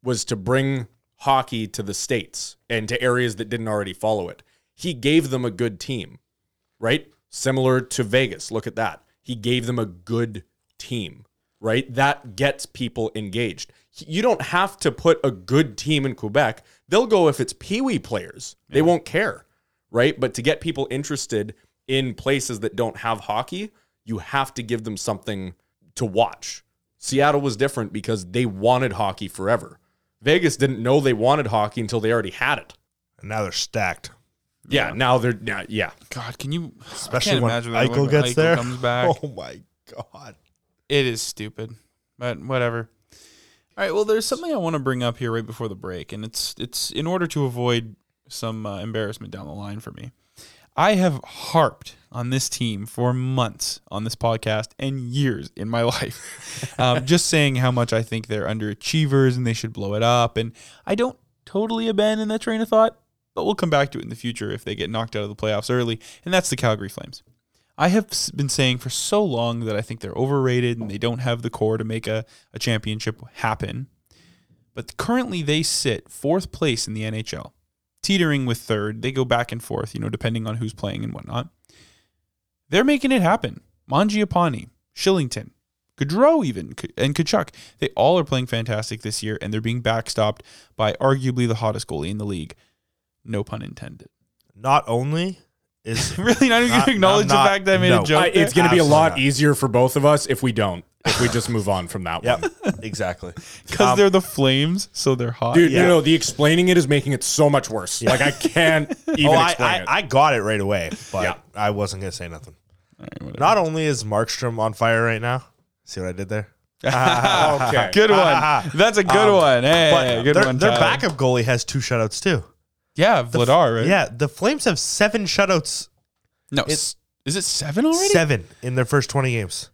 S5: was to bring hockey to the states and to areas that didn't already follow it. He gave them a good team, right? Similar to Vegas. Look at that. He gave them a good team, right? That gets people engaged. You don't have to put a good team in Quebec. They'll go if it's Pee-wee players. They won't care, right? But to get people interested in places that don't have hockey, you have to give them something to watch. Seattle was different because they wanted hockey forever. Vegas didn't know they wanted hockey until they already had it.
S6: And now they're stacked.
S5: Yeah, now they're yeah, yeah.
S4: God, can you? Especially I
S6: Especially
S4: can't
S6: when
S4: imagine that
S6: Eichel gets there.
S4: comes back.
S6: Oh my god.
S4: It is stupid, but whatever. All right. Well, there's something I want to bring up here right before the break, and it's it's in order to avoid some uh, embarrassment down the line for me. I have harped on this team for months on this podcast and years in my life, um, just saying how much I think they're underachievers and they should blow it up. And I don't totally abandon that train of thought, but we'll come back to it in the future if they get knocked out of the playoffs early. And that's the Calgary Flames. I have s- been saying for so long that I think they're overrated and they don't have the core to make a, a championship happen. But currently, they sit fourth place in the NHL, teetering with third. They go back and forth, you know, depending on who's playing and whatnot. They're making it happen. Mangiapane, Shillington, Gaudreau, even, K- and Kachuk. They all are playing fantastic this year, and they're being backstopped by arguably the hottest goalie in the league. No pun intended.
S6: Not only is
S4: Really, not even going
S6: Not-
S4: to acknowledge
S6: not-
S4: the fact that I made
S6: no.
S4: a joke.
S6: I-
S4: there?
S5: it's going to be a
S6: Absolutely
S5: lot
S6: not.
S5: easier for both of us if we don't. If we just move on from that
S6: Yep,
S5: one.
S6: exactly.
S4: Because
S6: Um,
S4: they're the flames, so they're hot.
S5: Dude,
S6: Yeah.
S5: no, no, the explaining it is making it so much worse. Like I can't even
S6: Oh, I,
S5: explain
S6: I,
S5: it.
S6: I got it right away, but
S5: Yeah.
S6: I wasn't gonna say nothing.
S4: whatever.
S6: Not only is Markstrom on fire right now. See what I did there?
S5: okay.
S4: good one.
S6: Ah,
S4: That's a good one. Hey, good
S6: their,
S4: one.
S6: Their
S4: Tyler.
S6: backup goalie has two shutouts too.
S4: Yeah, Vladar, right?
S6: Yeah, the Flames have seven shutouts,
S4: No, s- is it seven already?
S6: seven in their first twenty games,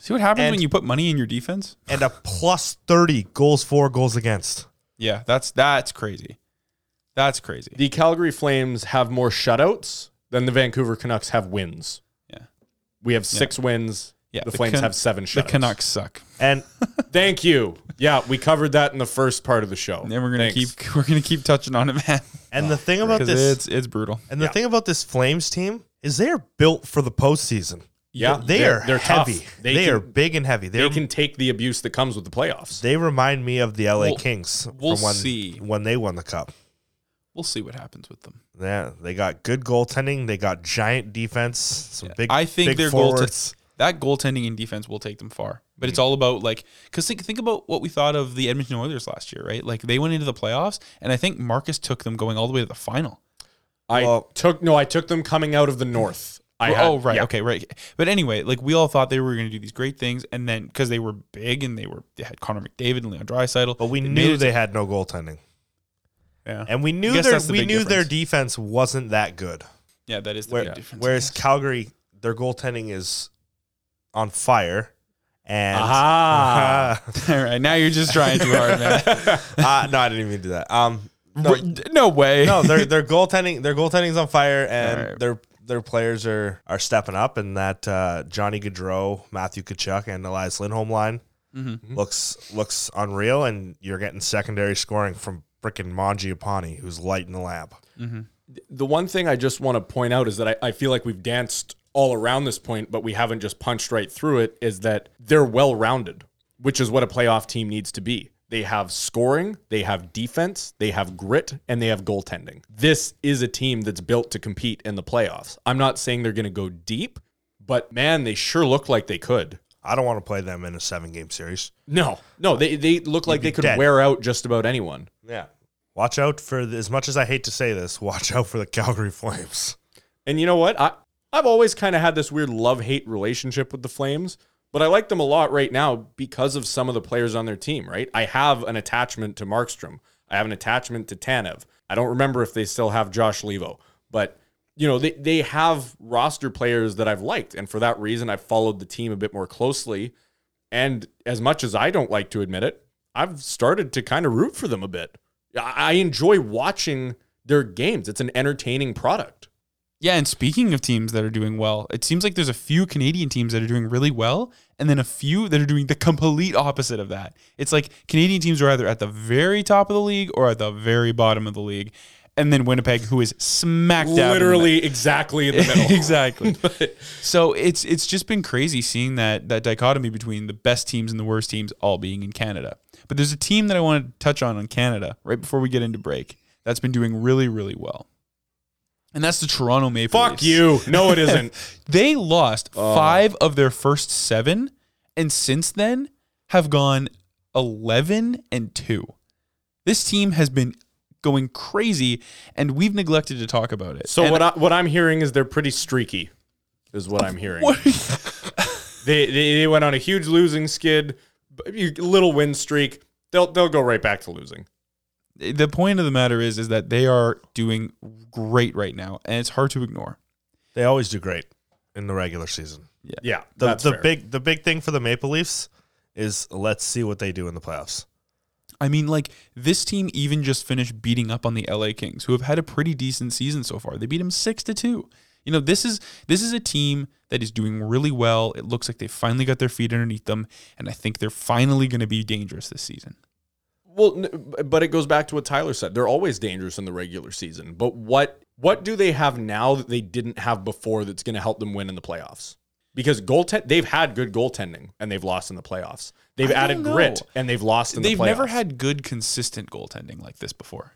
S4: See what happens
S6: And-
S4: when you put money in your defense?
S6: and a plus thirty goals for, goals against.
S4: Yeah, that's that's crazy. That's crazy.
S5: The Calgary Flames have more shutouts than the Vancouver Canucks have wins.
S4: Yeah.
S5: We have 6 wins.
S4: Yeah,
S5: the, Flames
S4: Can-
S5: have 7 shutouts.
S4: The Canucks suck,
S6: And
S5: Thank you. Yeah, we covered that in the first part of the show.
S4: and we're gonna
S5: Thanks.
S4: keep we're gonna keep touching on it, man,
S6: and the thing about
S4: because
S6: this,
S4: it's it's brutal.
S6: and the thing about this Flames team is they are built for the postseason.
S5: Yeah,
S6: They
S5: they're-
S6: are
S5: they're tough.
S6: heavy.
S5: They
S6: They,
S5: can-
S6: are big and heavy. They're
S5: they can take the abuse that comes with the playoffs.
S6: They remind me of the LA
S4: We'll-
S6: Kings
S4: we'll
S6: when,
S4: see.
S6: when they won the cup.
S4: We'll see what happens with them.
S6: Yeah, they got good goaltending. They got giant defense. Some big.
S4: I think
S6: big
S4: their goal
S6: forwards.
S4: that goaltending and defense will take them far. But
S6: Mm.
S4: it's all about like because think think about what we thought of the Edmonton Oilers last year, right? Like they went into the playoffs, and I think Marcus took them going all the way to the final.
S5: I
S6: Well-
S5: took no, I took them coming out of the north. I had-
S4: oh right,
S5: yeah.
S4: okay, right. But anyway, like we all thought they were going to do these great things, and then because they were big and they were they had Connor McDavid and Leon Draisaitl,
S6: But we
S4: they made
S6: knew
S4: it
S6: they had no goaltending,
S4: to- yeah,
S6: and we knew
S4: guess
S6: their
S4: that's the
S6: we
S4: big
S6: knew their
S4: difference.
S6: defense wasn't that good.
S4: yeah, that is the
S6: Where,
S4: big difference.
S6: whereas Calgary, their goaltending is on fire, and
S5: Ah. Aha.
S4: all right, now you're just trying too hard, man.
S6: Uh, no, I didn't even do that. Um, no,
S4: no way.
S6: no, their their goaltending their goaltending's on fire, and
S4: Alright.
S6: their their players are are stepping up. And that uh, Johnny Gaudreau, Matthew Kachuk, and Elias Lindholm line
S5: Mm-hmm.
S6: looks looks unreal. And you're getting secondary scoring from frickin' Mangiapane, who's lighting the lamp.
S5: The one thing I just want to point out is that I, I feel like we've danced all around this point, but we haven't just punched right through it, is that they're well rounded, which is what a playoff team needs to be. They have scoring, they have defense, they have grit, and they have goaltending. This is a team that's built to compete in the playoffs. I'm not saying they're going to go deep, but man, they sure look like they could.
S6: I don't want to play them in a seven game series.
S5: No, no, they they look like
S6: be
S5: they could
S6: dead.
S5: wear out just about anyone.
S6: Yeah. Watch out for the, as much as I hate to say this, watch out for the Calgary Flames.
S5: And you know what? I I've always kind of had this weird love-hate relationship with the Flames, but I like them a lot right now because of some of the players on their team, right? I have an attachment to Markstrom. I have an attachment to Tanev. I don't remember if they still have Josh Levo, but you know, they, they have roster players that I've liked. And for that reason, I've followed the team a bit more closely. And as much as I don't like to admit it, I've started to kind of root for them a bit. I I enjoy watching their games. It's an entertaining product.
S4: Yeah, and speaking of teams that are doing well, it seems like there's a few Canadian teams that are doing really well, and then a few that are doing the complete opposite of that. It's like Canadian teams are either at the very top of the league or at the very bottom of the league, and then Winnipeg, who is smacked out,
S5: Literally, exactly in the middle.
S4: exactly. so it's it's just been crazy seeing that that dichotomy between the best teams and the worst teams all being in Canada. But there's a team that I want to touch on on Canada right before we get into break. That's been doing really really well. And that's the Toronto Maple
S5: Fuck
S4: Leafs.
S5: you. No, it isn't.
S4: They lost 5 of their first 7 and since then have gone 11 and 2. This team has been going crazy and we've neglected to talk about it.
S5: So
S4: And
S5: what I, what I'm hearing is they're pretty streaky, is what I'm hearing. They, they they went on a huge losing skid, b- you- little win streak. They'll they'll go right back to losing.
S4: the point of the matter is is that they are doing great right now and it's hard to ignore
S6: They always do great in the regular season.
S5: Yeah,
S6: The,
S5: that's
S6: the
S5: fair.
S6: big the big thing for the Maple Leafs is let's see what they do in the playoffs.
S4: i mean like this team even just finished beating up on the la kings who have had a pretty decent season so far they beat them six to two you know this is this is a team that is doing really well it looks like they finally got their feet underneath them and i think they're finally going to be dangerous this season
S5: Well, n- but it goes back to what Tyler said. They're always dangerous in the regular season. But what what do they have now that they didn't have before that's going to help them win in the playoffs? Because goaltend they've had good goaltending and they've lost in the playoffs. They've
S4: I don't
S5: added
S4: know.
S5: grit and they've lost in
S4: they've
S5: the playoffs.
S4: never had good consistent goaltending like this before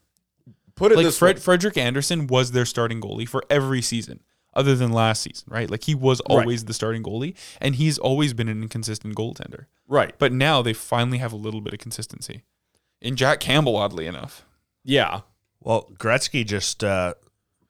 S5: put it
S4: like
S5: this
S4: Fred,
S5: way.
S4: Frederick Anderson was their starting goalie for every season other than last season, right? Like he was
S5: Right.
S4: always the starting goalie and he's always been an inconsistent goaltender.
S5: right.
S4: But now they finally have a little bit of consistency. In Jack Campbell, oddly enough.
S5: Yeah.
S6: Well, Gretzky just uh,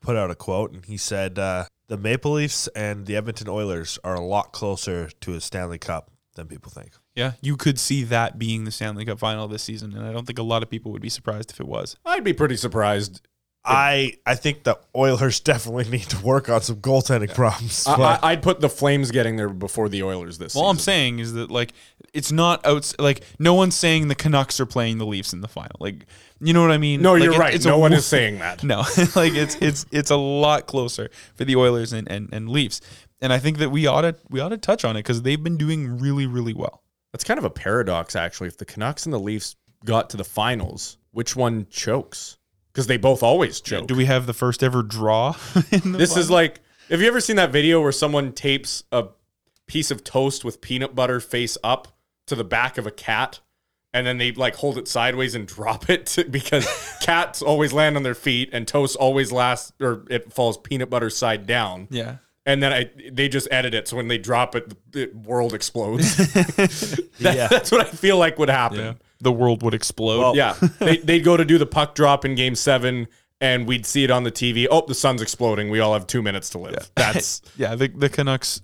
S6: put out a quote and he said uh, the Maple Leafs and the Edmonton Oilers are a lot closer to a Stanley Cup than people think.
S4: Yeah, you could see that being the Stanley Cup final this season and I don't think a lot of people would be surprised if it was.
S5: I'd be pretty surprised.
S6: I I think the Oilers definitely need to work on some goaltending problems.
S5: I,
S6: but-
S5: I, I'd put the Flames getting there before the Oilers this
S4: Well,
S5: season.
S4: I'm saying is that like it's not out like no one's saying the Canucks are playing the Leafs in the final. Like you know what I mean?
S5: No,
S4: Like,
S5: you're
S4: it-
S5: right.
S4: it's a
S5: no one
S4: wo-
S5: is saying that.
S4: No, like it's it's it's a lot closer for the Oilers and and, and Leafs, and I think that we ought to we ought to touch on it because they've been doing really really well.
S5: That's kind of a paradox, actually. If the Canucks and the Leafs got to the finals, which one chokes? Because they both always choke.
S4: Do we have the first ever draw? in the
S5: this is like, have you ever seen that video where someone tapes a piece of toast with peanut butter face up to the back of a cat? And then they like hold it sideways and drop it to- because cats always land on their feet and toast always lasts or it falls peanut butter side down.
S4: yeah.
S5: and then I they just edit it so when they drop it, the world explodes. That- That's what I feel like would
S4: Yeah.
S5: happen.
S4: The world would explode.
S5: Yeah, they, they'd go to do the puck drop in Game Seven, and we'd see it on the TV. Oh, the sun's exploding. We all have two minutes to live. That's
S4: yeah. The the Canucks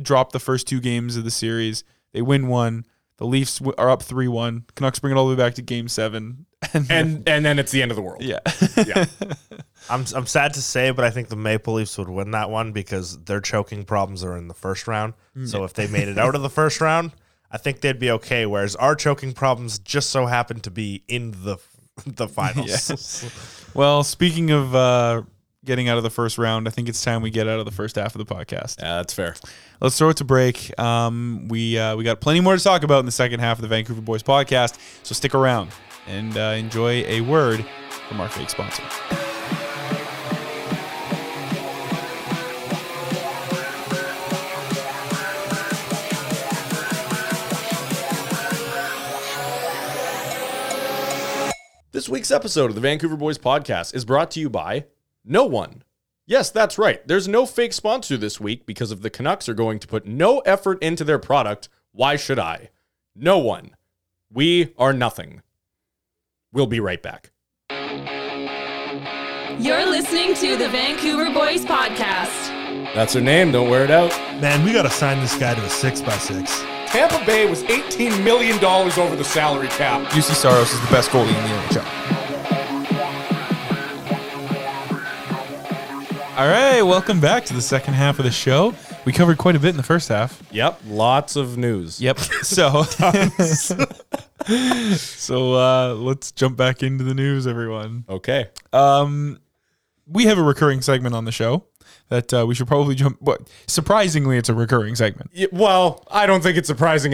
S4: drop the first two games of the series. They win one. The Leafs w- are up three one. Canucks bring it all the way back to Game Seven. And
S5: and and then it's the end of the world.
S4: yeah,
S6: I'm I'm sad to say, but I think the Maple Leafs would win that one because their choking problems are in the first round.
S5: Hmm.
S6: So if they made it out of the first round, I think they'd be okay. Whereas our choking problems just so happen to be in the the finals.
S4: well, speaking of uh, getting out of the first round, I think it's time we get out of the first half of the podcast.
S5: Yeah, that's fair.
S4: Let's throw it to break. Um, we uh, we got plenty more to talk about in the second half of the Vancouver Boys podcast, so stick around and uh, enjoy a word from our fake sponsor.
S5: This week's episode of the Vancouver Boys Podcast is brought to you by No One. Yes, that's right. There's no fake sponsor this week because if the Canucks are going to put no effort into their product, why should I? No one. We are nothing. We'll be right back.
S1: You're listening to the Vancouver Boys Podcast.
S5: That's her name. Don't wear it out.
S6: Man, we gotta sign this guy to a six by six.
S5: Tampa Bay was $18 million over the salary cap.
S4: UC Saros is the best goalie in the NHL. All right, welcome back to the second half of the show. We covered quite a bit in the first half.
S5: Yep. Lots of news.
S4: Yep. So, so uh, let's jump back into the news, everyone.
S5: Okay.
S4: we have a recurring segment on the show that uh, we should probably jump. But surprisingly, it's a recurring segment.
S5: Y- Well, I don't think it's surprising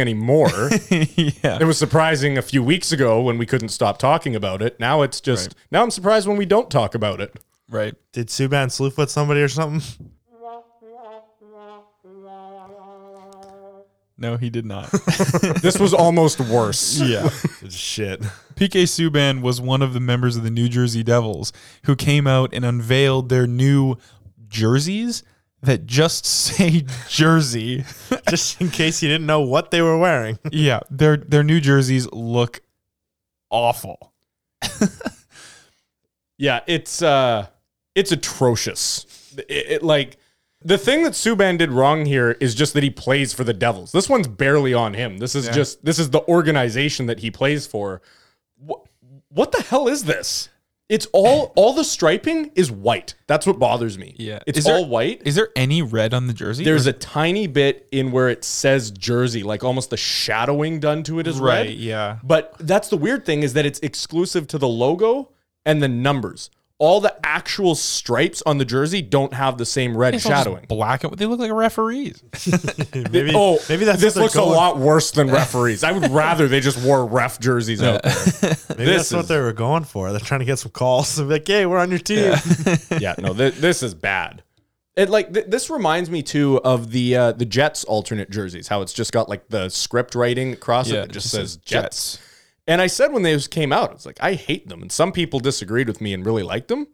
S5: anymore.
S4: yeah.
S5: it was surprising a few weeks ago when we couldn't stop talking about it. Now it's just now I'm surprised when we don't talk about it.
S4: Right.
S6: Did Subban slewfoot somebody or something?
S4: No, he did not.
S5: This was almost worse.
S4: yeah.
S6: Shit.
S4: PK Subban was one of the members of the New Jersey Devils who came out and unveiled their new jerseys that just say Jersey.
S6: Just in case you didn't know what they were wearing.
S4: yeah, their their new jerseys look awful.
S5: Yeah, it's uh it's atrocious. It, it- like the thing that Subban did wrong here is just that he plays for the Devils. This one's barely on him. This is just this is the organization that he plays for. What what the hell is this? It's all all the striping is white. That's what bothers me. it's
S4: Is there-
S5: all white.
S4: Is there any red on the jersey?
S5: There's a tiny bit in where it says jersey, like almost the shadowing done to it is
S4: Right,
S5: red.
S4: yeah.
S5: But that's the weird thing is that it's exclusive to the logo and the numbers. All the actual stripes on the jersey don't have the same red
S4: It's all just
S5: shadowing.
S4: Black and they look like referees.
S6: Maybe,
S5: oh,
S6: maybe that's
S5: this
S6: what
S5: looks
S6: they're
S5: a
S6: going-
S5: lot worse than referees. I would rather they just wore ref jerseys out there.
S6: Maybe
S5: this
S6: that's what
S5: is-
S6: they were going for. They're trying to get some calls. They're like, hey, we're on your team.
S5: yeah, no, th- this is bad. It like th- this reminds me too of the uh, the Jets alternate jerseys, how it's just got like the script writing across
S4: Yeah,
S5: it
S4: it
S5: that just,
S4: just
S5: says
S4: says
S5: Jets. And I said when those came out, it's like I hate them, and some people disagreed with me and really liked them.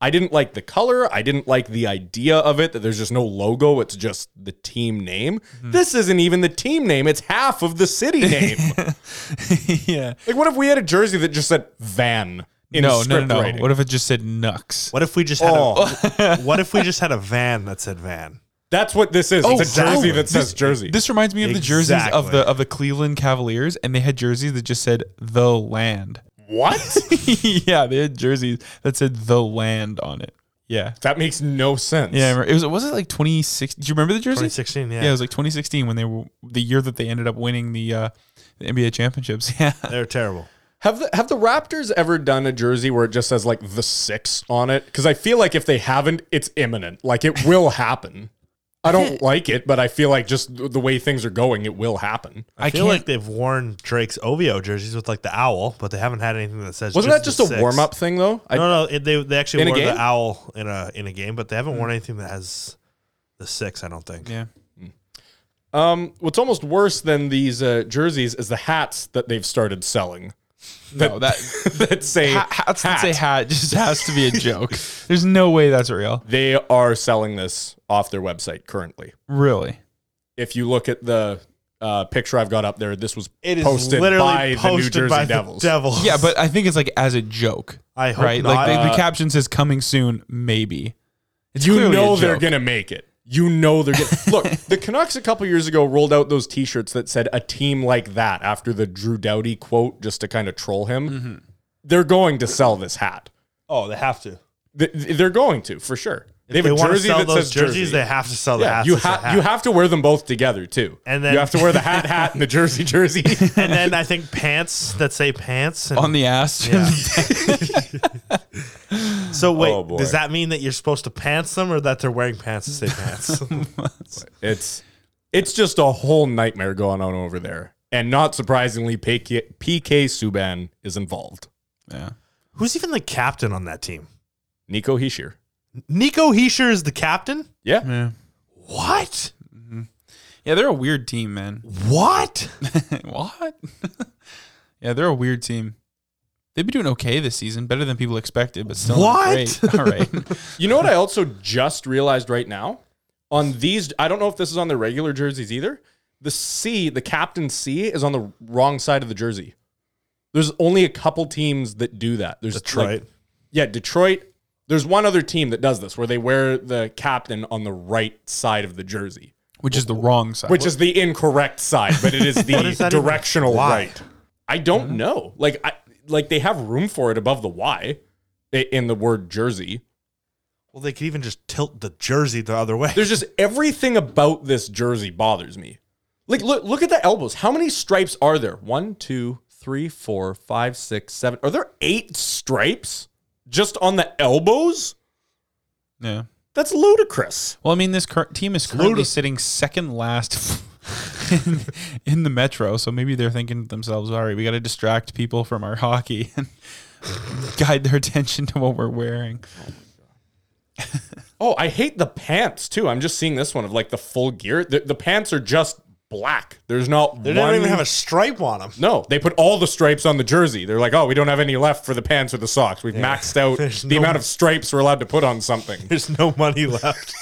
S5: I didn't like the color. I didn't like the idea of it that there's just no logo. It's just the team name.
S4: Mm-hmm.
S5: This isn't even the team name. It's half of the city name.
S4: yeah.
S5: like, what if we had a jersey that just said Van? In
S4: No, no,
S5: script
S4: no, no.
S5: writing?
S4: What if it just said Nux?
S6: What if we just had
S5: Oh.
S6: a, what if we just had a van that said van?
S5: That's what this is. it's a
S6: exactly.
S5: jersey that says jersey.
S4: Oh, This reminds me of the jerseys of
S6: Exactly.
S4: the of the Cleveland Cavaliers, and they had jerseys that just said the land.
S5: what?
S4: yeah, they had jerseys that said the land on it. Yeah.
S5: That makes no sense.
S4: Yeah, I remember- it was was it like 2016? Do you remember the jersey?
S6: 2016, yeah.
S4: it was like 2016 when they were the year that they ended up winning the uh the NBA championships. Yeah.
S6: They're terrible.
S5: Have the have the Raptors ever done a jersey where it just says like the six on it? Because I feel like if they haven't, it's imminent. Like it will happen. I don't like it, but I feel like just th- the way things are going, it will happen.
S6: I, feel like they've worn Drake's OVO jerseys with like the owl, but they haven't had anything that says.
S5: Wasn't that just
S6: the
S5: a
S6: six.
S5: warm up thing though? I,
S6: No, no, it, they they actually
S5: In a
S6: wore
S5: game? Hmm.
S6: the owl in a in a game, but they haven't worn anything that has the six. I don't think.
S4: yeah.
S5: um, what's almost worse than these uh, jerseys is the hats that they've started selling. That,
S4: No, that
S5: that say
S4: ha- hats that say
S5: hat.
S4: hat just has to be a joke. There's no way that's real.
S5: They are selling this off their website currently.
S4: Really.
S5: if you look at the uh, picture I've got up there, this was
S6: It is
S5: posted
S6: literally
S5: by the New
S6: posted
S5: Jersey
S6: by
S5: Devils.
S6: The Devils.
S4: Yeah, but I think it's like as a joke.
S6: I hope
S4: right?
S6: not.
S4: Like the, the
S6: Uh,
S4: caption says coming soon, maybe. It's
S5: you
S4: clearly a
S5: know they're
S4: joke.
S5: gonna make it. You know they're gonna look. The Canucks a couple years ago rolled out those T-shirts that said "a team like that" after the Drew Doughty quote, just to kind of troll him. They're going to sell this hat.
S6: Mm-hmm. oh, they have to.
S5: Th- th- They're going to for sure. They have
S6: If they
S5: a
S6: want to
S5: jersey
S6: sell
S5: that
S6: those
S5: says
S6: jerseys,
S5: jersey.
S6: they have to sell the
S5: yeah,
S6: hats.
S5: you
S6: as a
S5: have
S6: hat.
S5: you have to wear them both together too.
S6: And then-
S5: you have to wear the hat hat and the jersey jersey.
S6: and then I think pants that say pants. And,
S4: on the ass.
S6: yeah. so wait,
S5: Oh, boy.
S6: does that mean that you're supposed to pants them, or that they're wearing pants to say pants?
S5: It's it's just a whole nightmare going on over there. And not surprisingly, PK, PK Subban is involved.
S4: yeah.
S6: Who's even the captain on that team?
S5: Nico Heischer.
S6: Nico Heischer is the captain.
S5: Yeah.
S6: What?
S4: Yeah, they're a weird team, man.
S6: What?
S4: what? yeah, they're a weird team. They've been doing okay this season, better than people expected, but still not
S6: What?
S4: great. All right.
S5: You know what I also just realized right now? On these, I don't know if this is on the regular jerseys either. The C, the captain C, is on the wrong side of the jersey. There's only a couple teams that do that. There's like-
S6: Detroit.
S5: yeah, Detroit. There's one other team that does this where they wear the captain on the right side of the jersey.
S4: Which is the wrong side.
S5: which is the incorrect side, but it is
S6: What is
S5: the
S6: that even-
S5: directional
S6: Why? Mm-hmm.
S5: right. I don't know. Like I like they have room for it above the Y i- in the word jersey.
S6: Well, they could even just tilt the jersey the other way.
S5: There's just everything about this jersey bothers me. Like look look at the elbows. How many stripes are there? One, two, three, four, five, six, seven. Are there eight stripes just on the elbows?
S4: yeah.
S5: That's ludicrous.
S4: Well, I mean, this cur- team is currently sitting second last in, in the Metro, so maybe they're thinking to themselves, "All right, we got to distract people from our hockey and guide their attention to what we're wearing."
S5: Oh, I hate the pants too. I'm just seeing this one of like the full gear. The, the pants are just black. There's not.
S6: They don't even have a stripe on them.
S5: No, they put all the stripes on the jersey. They're like, oh, we don't have any left for the pants or the socks. We've maxed out
S6: There's
S5: the
S6: no-
S5: amount of stripes we're allowed to put on something.
S6: There's no money left.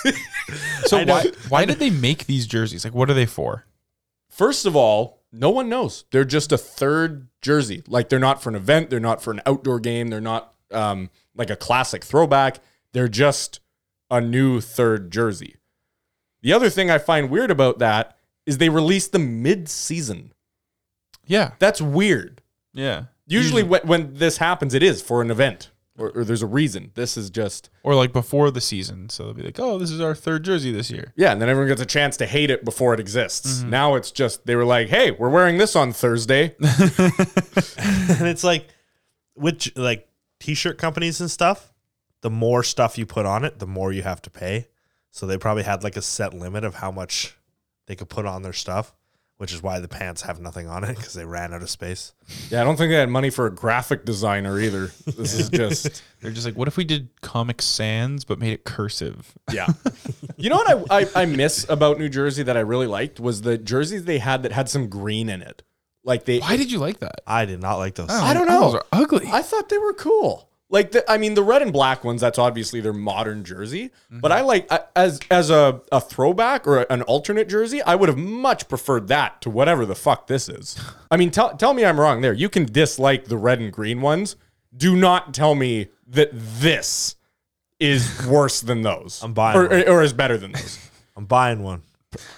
S4: So why why did they make these jerseys? Like, what are they for?
S5: First of all, no one knows. They're just a third jersey. Like they're not for an event. They're not for an outdoor game. They're not um, like a classic throwback. They're just a new third jersey. The other thing I find weird about that is they release them mid-season.
S4: Yeah,
S5: That's weird.
S4: yeah.
S5: Usually, when, when this happens, it is for an event or, or there's a reason. This is just
S4: Or like before the season, so they'll be like, "Oh, this is our third jersey this year."
S5: yeah, and then everyone gets a chance to hate it before it exists. Now it's just they were like, hey, we're wearing this on Thursday.
S6: and it's like, which like t-shirt companies and stuff. The more stuff you put on it, the more you have to pay. So they probably had like a set limit of how much they could put on their stuff, which is why the pants have nothing on it because they ran out of space.
S5: Yeah, I don't think they had money for a graphic designer either. This is just
S4: They're just like, "What if we did Comic Sans but made it cursive?"
S5: yeah. You know what I, I I miss about New Jersey that I really liked was the jerseys they had that had some green in it. Like they
S4: Why did you like that?
S6: I did not like those.
S5: I don't
S4: Oh,
S5: know.
S4: those are ugly.
S5: I thought they were cool. Like the, I mean, the red and black ones. That's obviously their modern jersey. But I like I, as as a, a throwback or an alternate jersey. I would have much preferred that to whatever the fuck this is. I mean, tell tell me I'm wrong. There, you can dislike the red and green ones. Do not tell me that this is worse than those.
S6: I'm buying
S5: or,
S6: one.
S5: or, or is better than those.
S6: I'm buying one.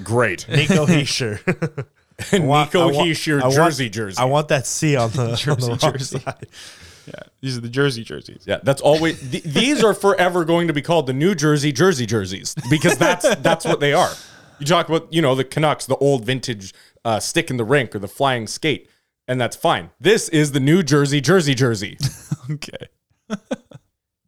S5: Great,
S6: Nico Heischer.
S5: Nico Heischer jersey jersey.
S6: I want that C on the, jersey,
S4: Jersey, jersey. Yeah, these are the jersey jerseys.
S5: Yeah, that's always th- these are forever going to be called the New Jersey Jersey jerseys because that's that's what they are. You talk about you know the Canucks, the old vintage uh, stick in the rink or the flying skate, and that's fine. This is the New Jersey Jersey jersey.
S4: Okay.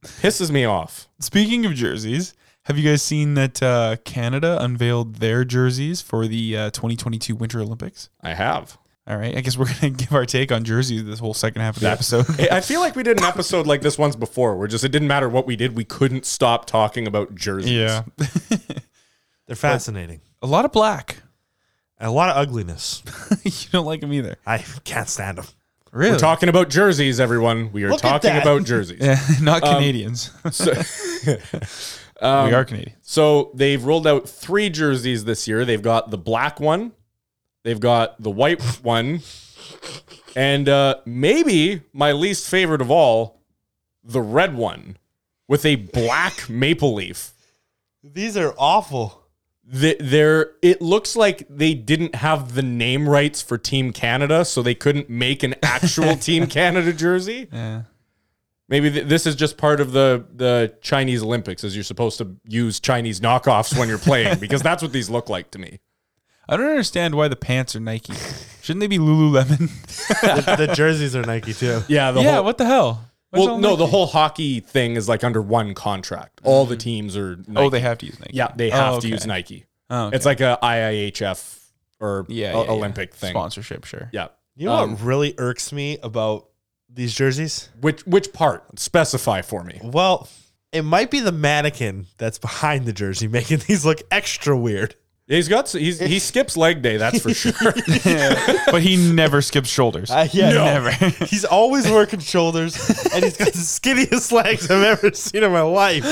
S5: Pisses me off.
S4: Speaking of jerseys, have you guys seen that uh, Canada unveiled their jerseys for the uh, 2022 Winter Olympics?
S5: I have.
S4: All right, I guess we're gonna give our take on jerseys this whole second half of the episode.
S5: Hey, I feel like we did an episode like this once before, where just it didn't matter what we did, we couldn't stop talking about jerseys.
S4: yeah,
S6: They're fascinating.
S4: a lot of black.
S6: And a lot of ugliness.
S4: you don't like them either,
S6: I can't stand them.
S4: really?
S5: We're talking about jerseys, everyone. We are
S6: Look at
S5: talking
S6: that.
S5: about jerseys.
S4: Not Canadians. we are Canadians.
S5: So they've rolled out three jerseys this year. They've got the black one, they've got the white one, and uh, maybe my least favorite of all, the red one with a black maple leaf.
S6: These are awful.
S5: Th- There, it looks like they didn't have the name rights for Team Canada, so they couldn't make an actual Team Canada jersey.
S4: Yeah.
S5: Maybe th- this is just part of the the Chinese Olympics, as you're supposed to use Chinese knockoffs when you're playing, because that's what these look like to me.
S4: I don't understand why the pants are Nike. Shouldn't they be Lululemon?
S6: the, the jerseys are Nike too.
S5: Yeah, the
S4: yeah.
S5: whole,
S4: what the hell? Why is it
S5: well,
S4: all
S5: no, the
S4: Nike?
S5: whole hockey thing is like under one contract. All the teams are. Nike.
S4: Mm-hmm. Oh, they have to use Nike.
S5: Yeah, they
S4: Oh,
S5: have
S4: okay.
S5: to use Nike.
S4: Oh, okay.
S5: It's like a IIHF or
S4: yeah,
S5: o-
S4: yeah, yeah.
S5: Olympic thing.
S4: sponsorship. Sure.
S5: Yeah.
S6: You know what really irks me about these jerseys?
S5: Which which part? Specify for me.
S6: Well, it might be the mannequin that's behind the jersey making these look extra weird.
S5: He's got s- he's, he skips leg day, that's for sure.
S4: but he never skips shoulders.
S6: Uh, yeah,
S4: Uh, never.
S6: He's always working shoulders, and he's got the skinniest legs I've ever seen in my life.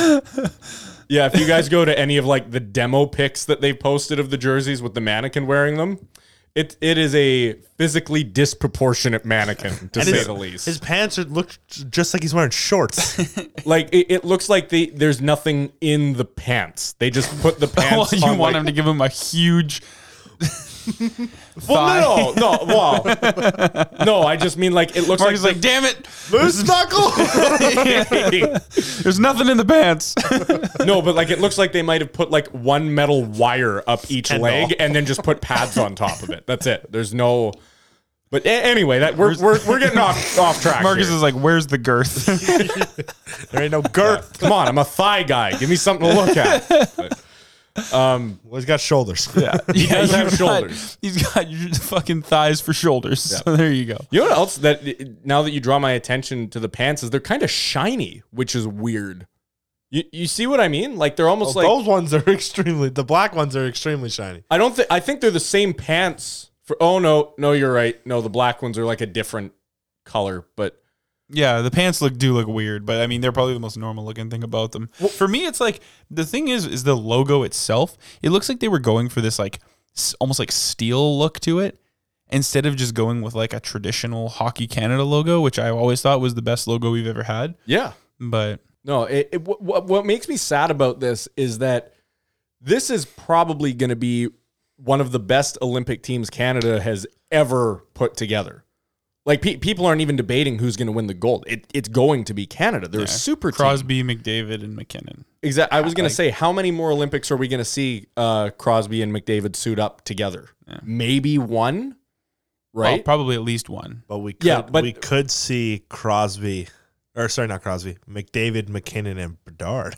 S5: yeah, if you guys go to any of like the demo pics that they posted of the jerseys with the mannequin wearing them, it it is a physically disproportionate mannequin to say
S6: his,
S5: the least.
S6: his pants are, look j- just like he's wearing shorts.
S5: Like it, it looks like they there's nothing in the pants. They just put the
S4: well,
S5: pants.
S4: Oh, you
S5: on,
S4: want
S5: like-
S4: him to give him a huge.
S5: Well, no, no, wow, no. I just mean like it looks
S4: Mark's
S5: like,
S4: like, damn it!
S6: Loose knuckle.
S4: There's nothing in the pants.
S5: no, but like it looks like they might have put like one metal wire up each
S6: And
S5: leg
S6: all.
S5: and then just put pads on top of it. That's it. There's no. But a- anyway, that we're, we're, we're getting off off track.
S4: Marcus
S5: here.
S4: is like, "Where's the girth?"
S6: There ain't no girth.
S5: Come on, I'm a thigh guy. Give me something to look at.
S6: Well, he's got shoulders.
S4: yeah, he
S5: does have shoulders.
S4: He's got your fucking thighs for shoulders. So there you go.
S5: You know what else that now that you draw my attention to the pants is they're kind of shiny, which is weird. You you see what I mean? Like they're almost
S4: Oh,
S5: like
S6: Those ones are extremely. The black ones are extremely shiny.
S5: I don't think I think they're the same pants for oh no, no, you're right. No, the black ones are like a different color, but
S4: Yeah, the pants look do look weird, but I mean they're probably the most normal looking thing about them. for me, it's like the thing is is the logo itself. It looks like they were going for this like s- almost like steel look to it instead of just going with like a traditional Hockey Canada logo, which I always thought was the best logo we've ever had.
S5: yeah.
S4: But
S5: No, it, it, what, what- what makes me sad about this is that this is probably going to be one of the best Olympic teams Canada has ever put together. Like pe- people aren't even debating who's going to win the gold. It, it's going to be Canada. They're a super team.
S4: Crosby, McDavid, and McKinnon.
S5: Exactly. I was going to say, how many more Olympics are we going to see uh, Crosby and McDavid suit up together? Maybe one,
S4: Well,
S5: right?
S4: probably at least one.
S6: But we could,
S5: Yeah, but-
S6: we could see Crosby, or sorry, not Crosby, McDavid, McKinnon, and Bedard.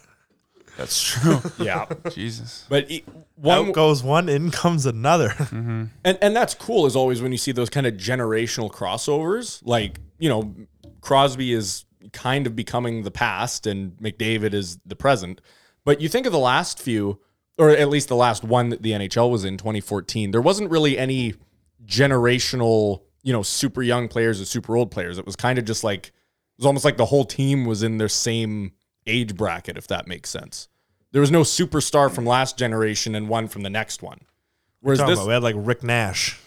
S4: That's true.
S5: yeah.
S4: Jesus.
S5: But e-
S6: Out
S5: one,
S6: goes one, in comes another.
S5: And and that's cool as always when you see those kind of generational crossovers. Like, you know, Crosby is kind of becoming the past and McDavid is the present. But you think of the last few, or at least the last one that the NHL was in, 2014, there wasn't really any generational, you know, super young players or super old players. It was kind of just like it was almost like the whole team was in their same age bracket, if that makes sense. There was no superstar from last generation and one from the next one. Whereas
S6: Talking
S5: this,
S6: about, we had like Rick Nash.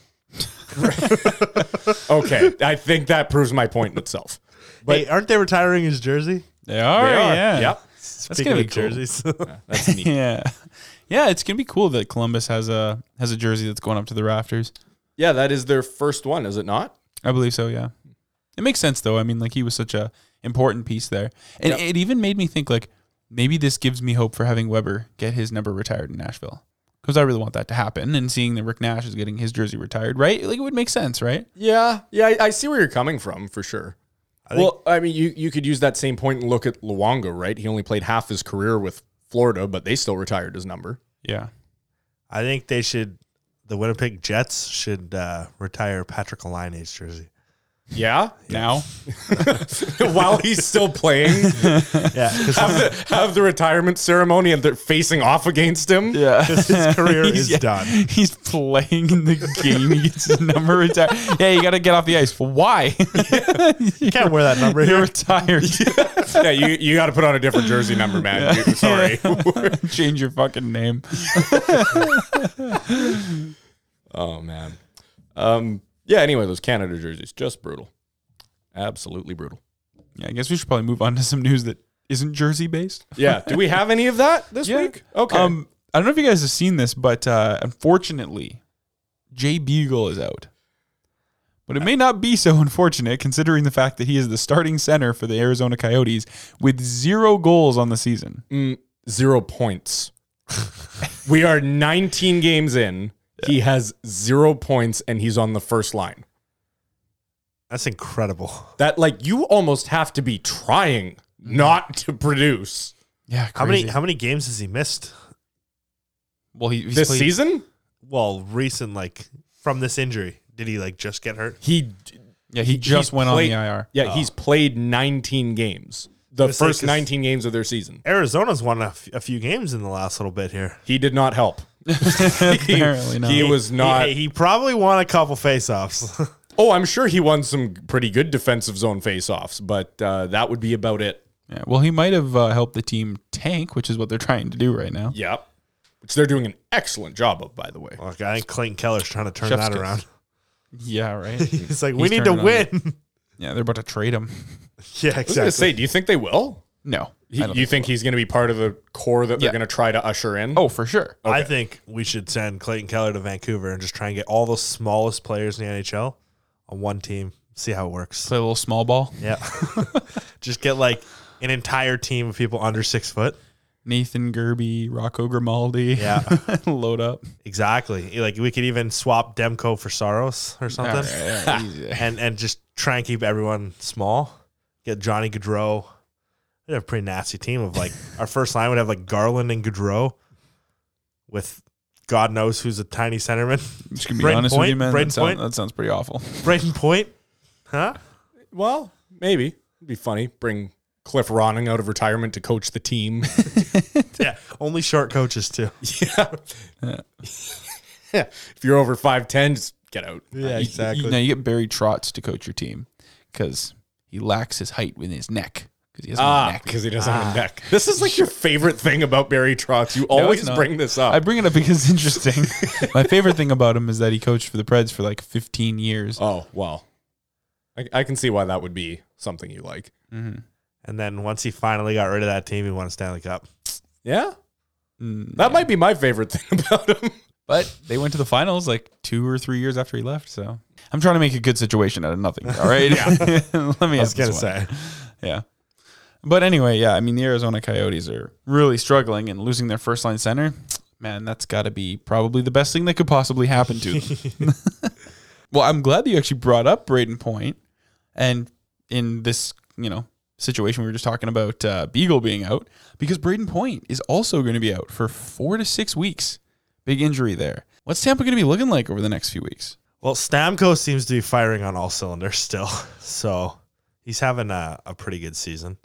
S5: Okay, I think that proves my point in itself.
S6: But aren't they retiring his jersey?
S4: They are.
S5: They are.
S4: Yeah.
S5: Yep.
S6: Speaking
S4: gonna
S6: of
S4: be cool.
S6: jerseys,
S5: That's neat.
S4: Yeah. Yeah, it's gonna be cool that Columbus has a has a jersey that's going up to the rafters.
S5: yeah, that is their first one, is it not?
S4: I believe so, yeah. It makes sense though. I mean, like he was such a important piece there. And it even made me think like maybe this gives me hope for having Weber get his number retired in Nashville. Because I really want that to happen and seeing that Rick Nash is getting his jersey retired, right? Like it would make sense, right?
S5: Yeah, yeah, I, I see where you're coming from for sure. well, I mean, you, you could use that same point and look at Luongo, right? He only played half his career with Florida, but they still retired his number.
S4: Yeah.
S6: I think they should. The Winnipeg Jets should uh, retire Patrick Eline's jersey.
S5: Yeah,
S4: Now
S5: while he's still playing,
S6: Yeah,
S5: have the, have the retirement ceremony and they're facing off against him.
S6: because his career is
S4: yeah.
S6: done.
S4: he's playing in the game. He gets his number retired. Yeah, you got to get off the ice. Why?
S6: You can't wear that number
S4: You're
S6: here.
S4: retired.
S5: yeah you, you got to put on a different jersey number, man. Dude, sorry.
S4: Change your fucking name.
S5: Oh man. Um, yeah. Anyway, those Canada jerseys just brutal, absolutely brutal.
S4: Yeah, I guess we should probably move on to some news that isn't jersey based.
S5: Yeah. Do we have any of that this week? Okay.
S4: Um, I don't know if you guys have seen this, but uh, unfortunately, Jay Beagle is out. But it may not be so unfortunate considering the fact that he is the starting center for the Arizona Coyotes with zero goals on the season.
S5: zero points. we are 19 games in. He has zero points, and he's on the first line.
S6: That's incredible.
S5: That like you almost have to be trying not to produce
S4: Yeah,
S6: How many
S4: crazy.
S6: how many games has he missed?
S4: Well, he, he's
S5: this
S4: played-
S5: season.
S6: Well, recent like from this injury, did he like just get hurt?
S5: He
S4: Yeah, he just went
S5: played-
S4: on the IR.
S5: Yeah, he's played 19 games. The
S6: It's like
S5: first
S6: this-
S5: 19 games of their season.
S6: Arizona's won a, f- a few games in the last little bit here.
S5: He did not help. he,
S4: Apparently not.
S5: he was not.
S6: He, he probably won a couple faceoffs.
S5: Oh, I'm sure he won some pretty good defensive zone faceoffs, but uh, that would be about it.
S4: Yeah, well, he might have uh, helped the team tank, which is what they're trying to do right now.
S5: Yep. Which they're doing an excellent job of, by the way.
S6: Look, I think Clayton Keller's trying to turn
S4: Chef's
S6: that
S4: kiss.
S6: around.
S4: Yeah, right.
S6: It's like we
S4: He's
S6: need to
S4: turning it
S6: win.
S4: yeah, they're about to trade him.
S6: yeah,
S5: I was going
S6: exactly.
S5: to say, do you think they will?
S4: No, I
S5: He,
S4: don't
S5: you think, he's going to be part of the core that they're
S4: Yeah.
S5: going to try to usher in?
S4: Oh, for sure.
S6: I think we should send Clayton Keller to Vancouver and just try and get all the smallest players in the NHL on one team. See how it works.
S4: Play a little small ball.
S6: Yeah, just get like an entire team of people under six foot.
S4: Nathan Gerby, Rocco Grimaldi.
S6: Yeah.
S4: load up.
S6: Exactly. Like we could even swap Demko for Soros or something, and and just try and keep everyone small. Get Johnny Gaudreau. We'd have a pretty nasty team of like our first line would have like Garland and Gaudreau, with God knows who's a tiny centerman.
S4: Just gonna be
S6: Braden
S4: honest with
S6: Point?
S4: you, man.
S6: Braden
S4: That, sound-
S6: Point?
S4: that sounds pretty awful.
S6: Braden Point, huh?
S5: Well, maybe it'd be funny. Bring Cliff Ronning out of retirement to coach the team.
S6: Yeah, only short coaches too.
S5: yeah. If you're over five ten, just get out.
S6: Yeah,
S4: You, now you get Barry Trotz to coach your team because he lacks his height within his neck because he has no
S5: Ah,
S4: neck.
S5: because he doesn't have a neck. This is like your favorite thing about Barry Trotz. You
S4: No, it's
S5: always
S4: not.
S5: bring this up.
S4: I bring it up because it's interesting. My favorite thing about him is that he coached for the Preds for like 15 years.
S5: oh well, I, I can see why that would be something you like.
S6: And then once he finally got rid of that team, he won a Stanley Cup.
S5: Yeah,
S4: Mm,
S5: that might be my favorite thing about him.
S4: But they went to the finals like two or three years after he left. So I'm trying to make a good situation out of nothing. All right. Let me
S6: I
S4: ask
S6: was gonna
S4: this one.
S6: say
S4: Yeah. But anyway, yeah, I mean, the Arizona Coyotes are really struggling and losing their first line center. Man, that's got to be probably the best thing that could possibly happen to them. well, I'm glad that you actually brought up Braden Point and in this, you know, situation we were just talking about uh, Beagle being out because Braden Point is also going to be out for four to six weeks. Big injury there. What's Tampa going to be looking like over the next few weeks?
S6: Well, Stamkos seems to be firing on all cylinders still. So he's having a, a pretty good season.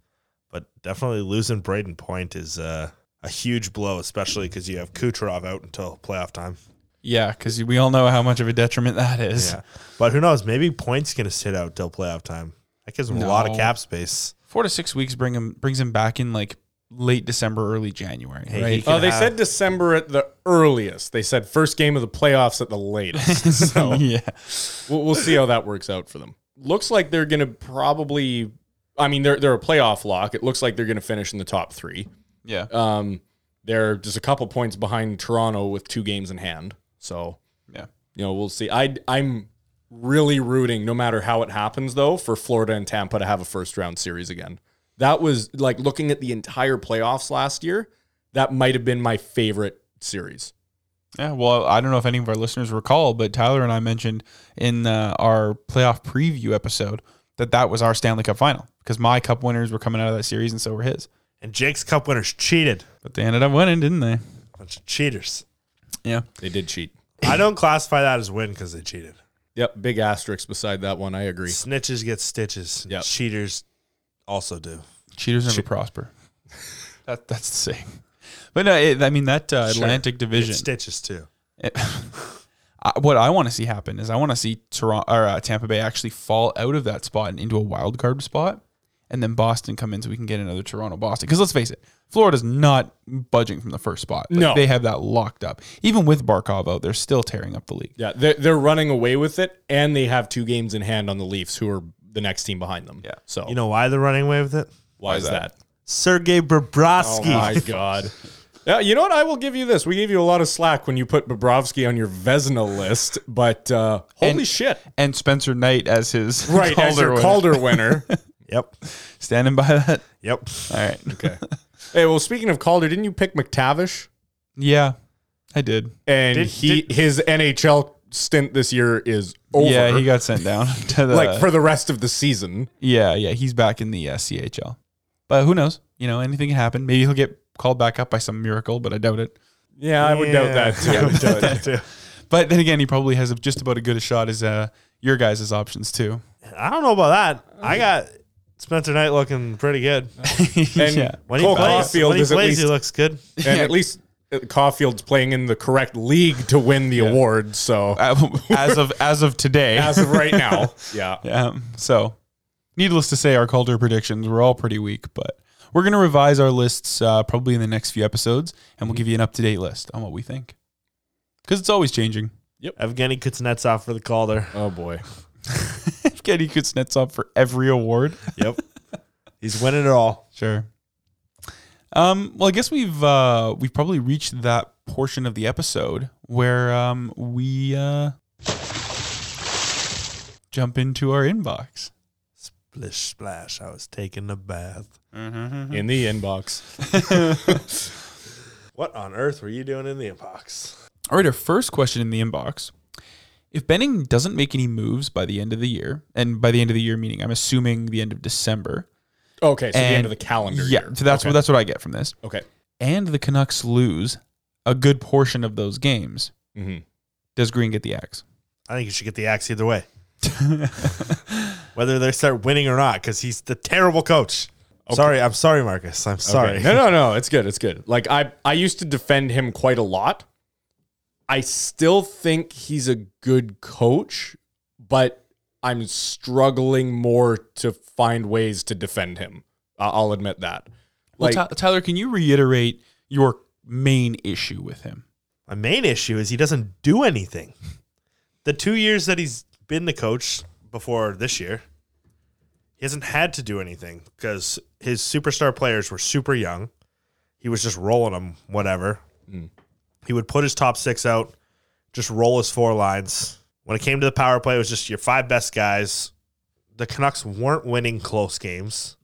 S6: But definitely losing Braden Point is uh, a huge blow, especially because you have Kucherov out until playoff time.
S4: Yeah, because we all know how much of a detriment that is.
S6: Yeah. But who knows? Maybe Point's going to sit out till playoff time. That gives him a lot of
S4: No.
S6: cap space.
S4: four to six weeks bring him brings him back in like late December, early January.
S6: Hey,
S4: right?
S6: he
S5: Oh,
S6: can
S5: they
S6: have-
S5: said December at the earliest. They said first game of the playoffs at the latest. So
S4: yeah,
S5: we'll, we'll see how that works out for them. Looks like they're going to probably. I mean, they're they're a playoff lock. It looks like they're going to finish in the top three.
S4: yeah.
S5: Um, they're just a couple points behind Toronto with two games in hand. So
S4: Yeah.
S5: you know, we'll see. I I'm really rooting, no matter how it happens, though, for Florida and Tampa to have a first round series again. That was like looking at the entire playoffs last year. That might have been my favorite series.
S4: Yeah, well, I don't know if any of our listeners recall, but Tyler and I mentioned in uh, our playoff preview episode that that was our Stanley Cup final because my cup winners were coming out of that series and so were his.
S6: And Jake's Cup winners cheated.
S4: But they ended up winning, didn't they?
S6: Bunch of cheaters.
S4: Yeah.
S5: They did cheat.
S6: I don't classify that as win because they cheated.
S5: Yep, big asterisk beside that one. I agree.
S6: Snitches get stitches.
S5: Yep.
S6: Cheaters also do.
S4: Cheaters never prosper. that that's the saying. But no, it, I mean that uh,
S6: Sure.
S4: Atlantic Division.
S6: Get stitches too.
S4: I, what I want to see happen is I want to see Toronto or uh, Tampa Bay actually fall out of that spot and into a wild card spot, and then Boston come in so we can get another Toronto Boston. Because let's face it, Florida's not budging from the first spot. Like,
S5: No.
S4: they have that locked up. Even with Barkov out, they're still tearing up the league.
S5: Yeah, they're, they're running away with it, and they have two games in hand on the Leafs, who are the next team behind them.
S4: Yeah.
S5: So
S6: You know why they're running away with it?
S5: why is that?
S6: Sergei Bobrovsky.
S5: Oh my god. Yeah, you know what? I will give you this. We gave you a lot of slack when you put Bobrovsky on your Vesna list, but uh, holy
S4: And-
S5: shit!
S4: And Spencer Knight as his
S5: Right, as your
S4: winner.
S5: Calder winner.
S6: Yep.
S4: standing by that.
S6: Yep.
S4: All right.
S5: okay. Hey, well, speaking of Calder, didn't you pick McTavish?
S4: Yeah, I did.
S5: And
S6: Did-
S5: he his NHL stint this year is over.
S4: Yeah, he got uh, sent down to the
S5: like for the rest of the season.
S4: Yeah, yeah, he's back in the uh, CHL. But who knows? You know, anything can happen. Maybe he'll get called back up by some miracle, but I doubt it.
S5: Yeah, I would doubt that too.
S6: I would doubt that too.
S4: But then again, he probably has just about as good a shot as uh, your guys' options too.
S6: I don't know about that. I got Spencer Knight looking pretty good.
S5: And
S4: yeah,
S6: When he
S5: Cole
S6: plays,
S5: Caulfield
S6: when he,
S5: is at
S6: plays
S5: least
S6: he looks good.
S5: and at least uh, Caulfield's playing in the correct league to win the award. So
S4: as of as of today.
S5: as of right now, yeah,
S4: um, so, needless to say, our Calder predictions were all pretty weak, but we're gonna revise our lists uh, probably in the next few episodes, and we'll give you an up to date list on what we think, because it's always changing.
S6: Evgeny Kuznetsov for the Calder.
S5: Oh boy.
S4: Getty Kuznetsov for every award.
S6: Yep. He's winning it all.
S4: Sure. Um, well, I guess we've uh, we've probably reached that portion of the episode where um, we uh, jump into our inbox.
S6: splish splash. I was taking a bath.
S5: in the inbox.
S6: What on earth were you doing in the inbox?
S4: All right, our first question in the inbox. If Benning doesn't make any moves by the end of the year, and by the end of the year meaning I'm assuming the end of December.
S5: Okay, so the end
S4: and-
S5: of the calendar
S4: Yeah,
S5: year.
S4: so that's
S5: okay.
S4: what that's what I get from this.
S5: Okay.
S4: And the Canucks lose a good portion of those games.
S5: hmm
S4: Does Green get the axe?
S6: I think you should get the axe either way. Whether they start winning or not, because he's the terrible coach. Sorry, I'm sorry, Marcus. I'm sorry.
S5: Okay. No, no, no. It's good. It's good. Like I, I used to defend him quite a lot. I still think he's a good coach, but I'm struggling more to find ways to defend him. I- I'll admit that.
S4: Well,
S5: Like,
S4: Ty- Tyler, can you reiterate your main issue with him?
S6: My main issue is he doesn't do anything. The two years that he's been the coach before this year, he hasn't had to do anything because his superstar players were super young. He was just rolling them, whatever. He would put his top six out, just roll his four lines. When it came to the power play, it was just your five best guys. The Canucks weren't winning close games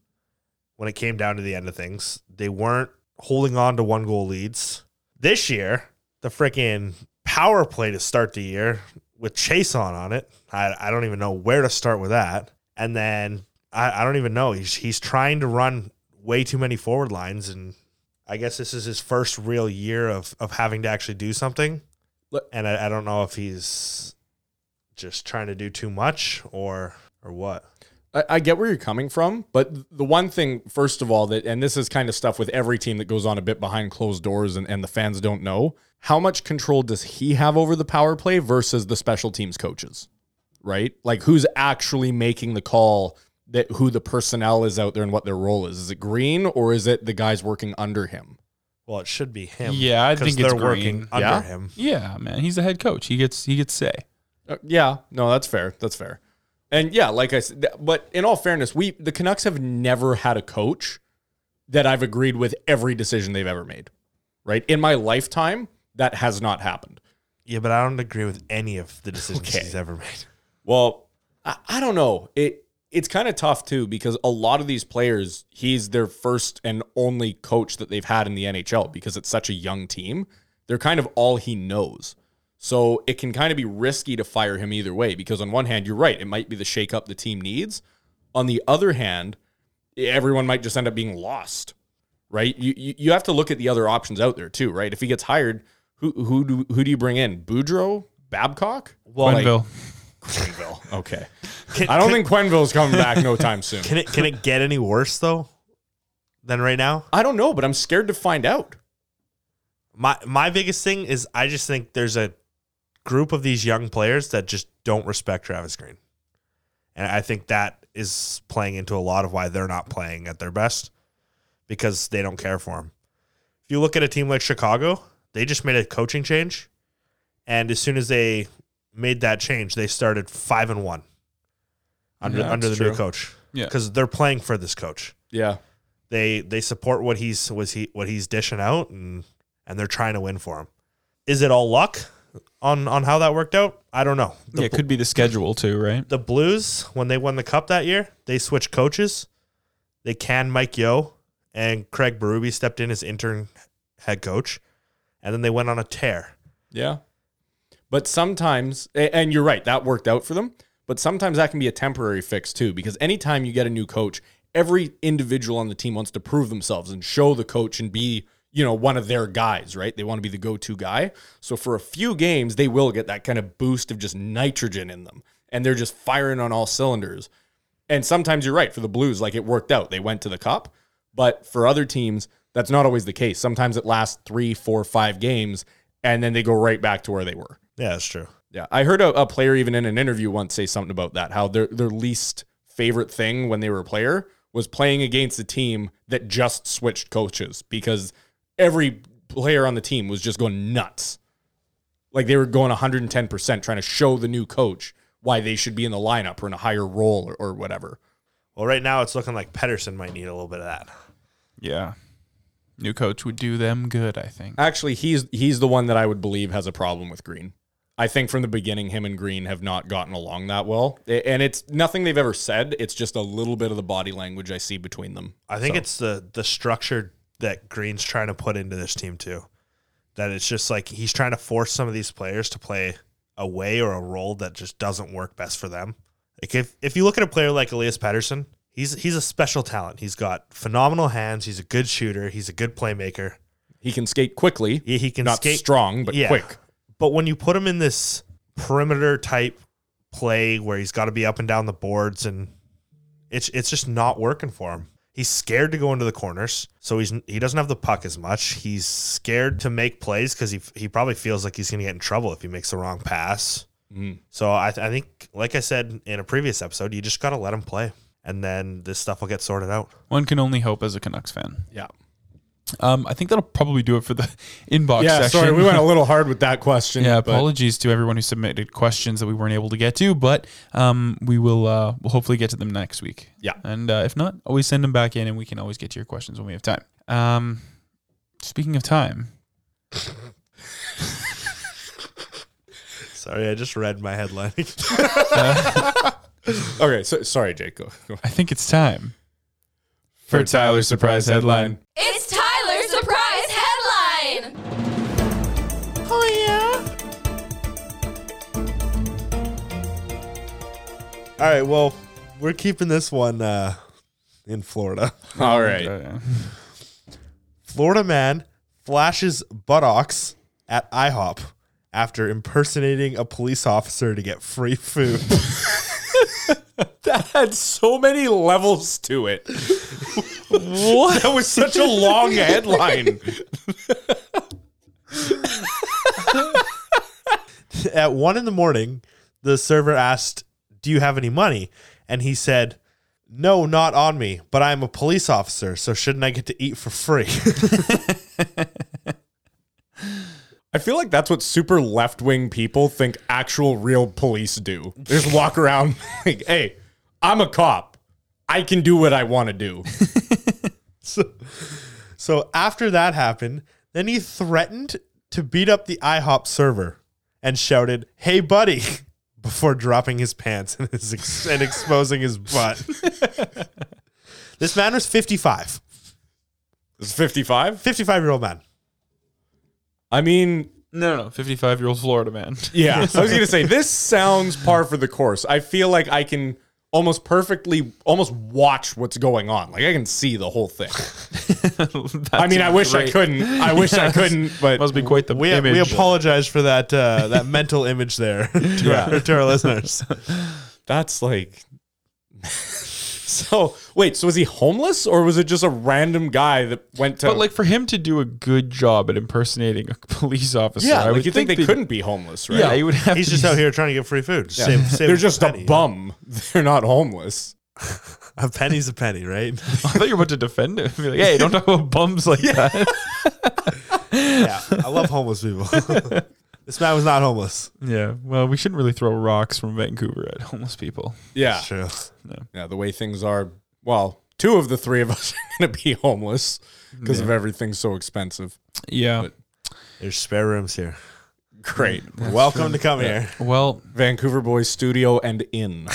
S6: when it came down to the end of things. They weren't holding on to one goal leads. This year, the freaking power play to start the year with Chase on on it. I, I don't even know where to start with that. And then I, I don't even know. He's he's trying to run way too many forward lines, and I guess this is his first real year of of having to actually do something.
S5: Look-
S6: And I, I don't know if he's just trying to do too much or or what.
S5: I, I get where you're coming from, but the one thing, first of all, that and this is kind of stuff with every team that goes on a bit behind closed doors and, and the fans don't know, how much control does he have over the power play versus the special teams coaches? Right? Like who's actually making the call that who the personnel is out there and what their role is? Is it Green or is it the guys working under him?
S6: Well, it should be him.
S4: Yeah, I
S6: 'cause
S4: think it's
S6: they're working
S4: Green.
S6: under
S5: Yeah?
S6: him.
S4: Yeah, man, he's the head coach. He gets he gets say.
S5: Uh, yeah, no, that's fair. That's fair. And yeah, like I said, th- but in all fairness, we the Canucks have never had a coach that I've agreed with every decision they've ever made. Right in my lifetime, that has not happened.
S6: Yeah, but I don't agree with any of the decisions
S5: Okay.
S6: he's ever made.
S5: Well, I, I don't know. It it's kind of tough too because a lot of these players, he's their first and only coach that they've had in the NHL because it's such a young team. They're kind of all he knows. So it can kind of be risky to fire him either way because on one hand, you're right, it might be the shakeup the team needs. On the other hand, everyone might just end up being lost, right? You you, you have to look at the other options out there too, right? If he gets hired, who who do who do you bring in? Boudreaux, Babcock, well,
S4: Quenville.
S5: Quenville. Okay.
S6: Can-
S5: I don't
S6: can-
S5: think Quenville's coming back no time soon.
S6: Can it can it get any worse though than right now?
S5: I don't know, but I'm scared to find out.
S6: My my biggest thing is I just think there's a group of these young players that just don't respect Travis Green. And I think that is playing into a lot of why they're not playing at their best because they don't care for him. If you look at a team like Chicago, they just made a coaching change and as soon as they made that change, they started 5 and 1 under
S4: Yeah,
S6: under the
S4: that's
S6: new
S4: true.
S6: coach.
S4: Yeah.
S6: Cuz they're playing for this coach.
S5: Yeah.
S6: they they support what he's was he what he's dishing out and and they're trying to win for him. Is it all luck on on how that worked out? I don't know. The,
S4: Yeah, it could be the schedule too, right?
S6: the Blues when they won the cup that year, they switched coaches. They canned Mike Yo and Craig Berube stepped in as intern head coach, and then they went on a tear.
S5: Yeah. But sometimes, a- and you're right, that worked out for them. But sometimes that can be a temporary fix too, because anytime you get a new coach, every individual on the team wants to prove themselves and show the coach and be, you know, one of their guys, right? They want to be the go to guy. So for a few games, they will get that kind of boost of just nitrogen in them and they're just firing on all cylinders. And sometimes you're right for the Blues, like it worked out. They went to the cup. But for other teams, that's not always the case. Sometimes it lasts three, four, five games, and then they go right back to where they were.
S6: Yeah, that's true.
S5: Yeah. I heard a, a player even in an interview once say something about that, how their their least favorite thing when they were a player was playing against a team that just switched coaches because every player on the team was just going nuts. Like they were going 110% trying to show the new coach why they should be in the lineup or in a higher role or, or whatever.
S6: Well, right now it's looking like Pedersen might need a little bit of that.
S4: Yeah. New coach would do them good, I think.
S5: Actually, he's he's the one that I would believe has a problem with Green. I think from the beginning, him and Green have not gotten along that well. A- And it's nothing they've ever said. It's just a little bit of the body language I see between them.
S6: I think it's the the structure that Green's trying to put into this team too. That it's just like he's trying to force some of these players to play a way or a role that just doesn't work best for them. Like if if you look at a player like Elias Patterson, he's he's a special talent. He's got phenomenal hands. He's a good shooter. He's a good playmaker.
S5: He can skate quickly,
S6: He, he can
S5: not
S6: skate
S5: strong, but
S6: Yeah.
S5: quick.
S6: But when you put him in this perimeter type play where he's got to be up and down the boards and it's it's just not working for him. He's scared to go into the corners, so he's he doesn't have the puck as much. He's scared to make plays because he he probably feels like he's going to get in trouble if he makes the wrong pass. So I I think like I said in a previous episode, you just got to let him play, and then this stuff will get sorted out.
S4: One can only hope as a Canucks fan.
S5: Yeah.
S4: Um, I think that'll probably do it for the inbox
S5: Yeah.
S4: section.
S5: Sorry, we went a little hard with that question.
S4: Yeah,
S5: but-
S4: apologies to everyone who submitted questions that we weren't able to get to, but um, we will uh, we'll hopefully get to them next week.
S5: Yeah.
S4: and uh, if not, always send them back in, and we can always get to your questions when we have time. Um, speaking of time,
S6: Sorry, I just read my headline.
S5: okay. So, sorry, Jake. Go, go.
S4: I think it's time for Tyler's surprise headline.
S1: It's Tyler's surprise headline.
S6: All right, well we're keeping this one uh, in Florida.
S5: All right.
S4: Uh,
S6: Florida man flashes buttocks at IHOP after impersonating a police officer to get free food.
S5: That had so many levels to it. what? That was such a long headline.
S6: at one in the morning, the server asked, Do you have any money? And he said, No, not on me, but I'm a police officer, so shouldn't I get to eat for free?
S5: I feel like that's what super left wing people think actual real police do. They just walk around like, hey, I'm a cop. I can do what I want to do.
S6: so after that happened, then he threatened to beat up the IHOP server and shouted, Hey, buddy, before dropping his pants and, his ex- and exposing his butt. this man was 55,
S5: It's 55.
S6: 55 year old man.
S5: I mean,
S4: no, no, no, fifty-five year old Florida man.
S5: yeah. I was going to say, this sounds par for the course. I feel like I can almost perfectly, almost watch what's going on. Like I can see the whole thing. I mean, I wish I couldn't. I wish I couldn't, but
S4: Must be quite the
S6: We,
S4: image.
S6: we apologize for that uh, that mental image there to, our, to our listeners.
S5: That's like. so wait, so was he homeless or was it just a random guy that went to?
S4: But like for him to do a good job at impersonating a police officer,
S5: yeah,
S4: I
S5: like
S4: would
S5: you think, they
S4: that-
S5: couldn't be homeless, right?
S4: Yeah, he would have.
S6: He's
S4: to
S6: just
S4: be-
S6: out here trying to get free food. Save, save
S5: they're just a
S6: penny.
S5: bum. They're not homeless.
S6: A penny's a penny, right?
S4: I thought you were about to defend him. Be like, hey, don't talk about bums like that.
S6: yeah, I love homeless people. this man was not homeless.
S4: Yeah. Well, we shouldn't really throw rocks from Vancouver at homeless people.
S5: Yeah,
S6: True.
S5: yeah. The way things are, well, two of the three of us are going to be homeless because of everything so expensive.
S4: Yeah.
S6: There's spare rooms here.
S5: Great,
S6: Welcome to come here.
S4: well,
S5: Vancouver Boys Studio and Inn.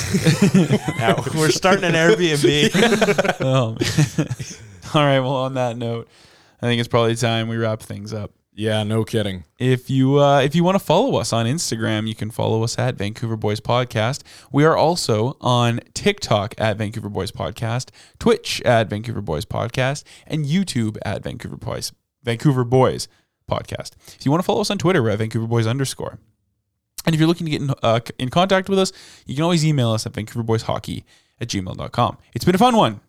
S6: Yeah, we're starting an Airbnb.
S4: um, all right. Well, on that note, I think it's probably time we wrap things up.
S5: yeah, no kidding.
S4: If you uh, if you want to follow us on Instagram, you can follow us at Vancouver Boys Podcast. We are also on TikTok at Vancouver Boys Podcast, Twitch at Vancouver Boys Podcast, and YouTube at Vancouver Boys Vancouver Boys Podcast. If you want to follow us on Twitter, we're at Vancouver Boys underscore. And if you're looking to get in, uh, in contact with us, you can always email us at vancouverboyshockey at gmail.com. It's been a fun one.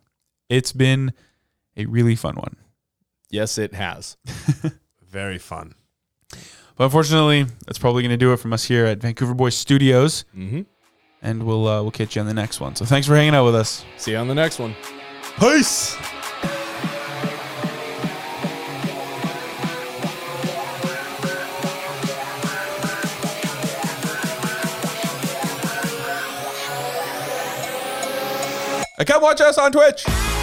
S4: It's been a really fun one.
S5: Yes, it has.
S6: Very fun.
S4: But unfortunately, that's probably going to do it from us here at Vancouver Boys Studios. Mm-hmm. And we'll uh, we'll catch you on the next one. So thanks for hanging out with us.
S5: See you on the next one.
S6: Peace.
S4: And come watch us on Twitch.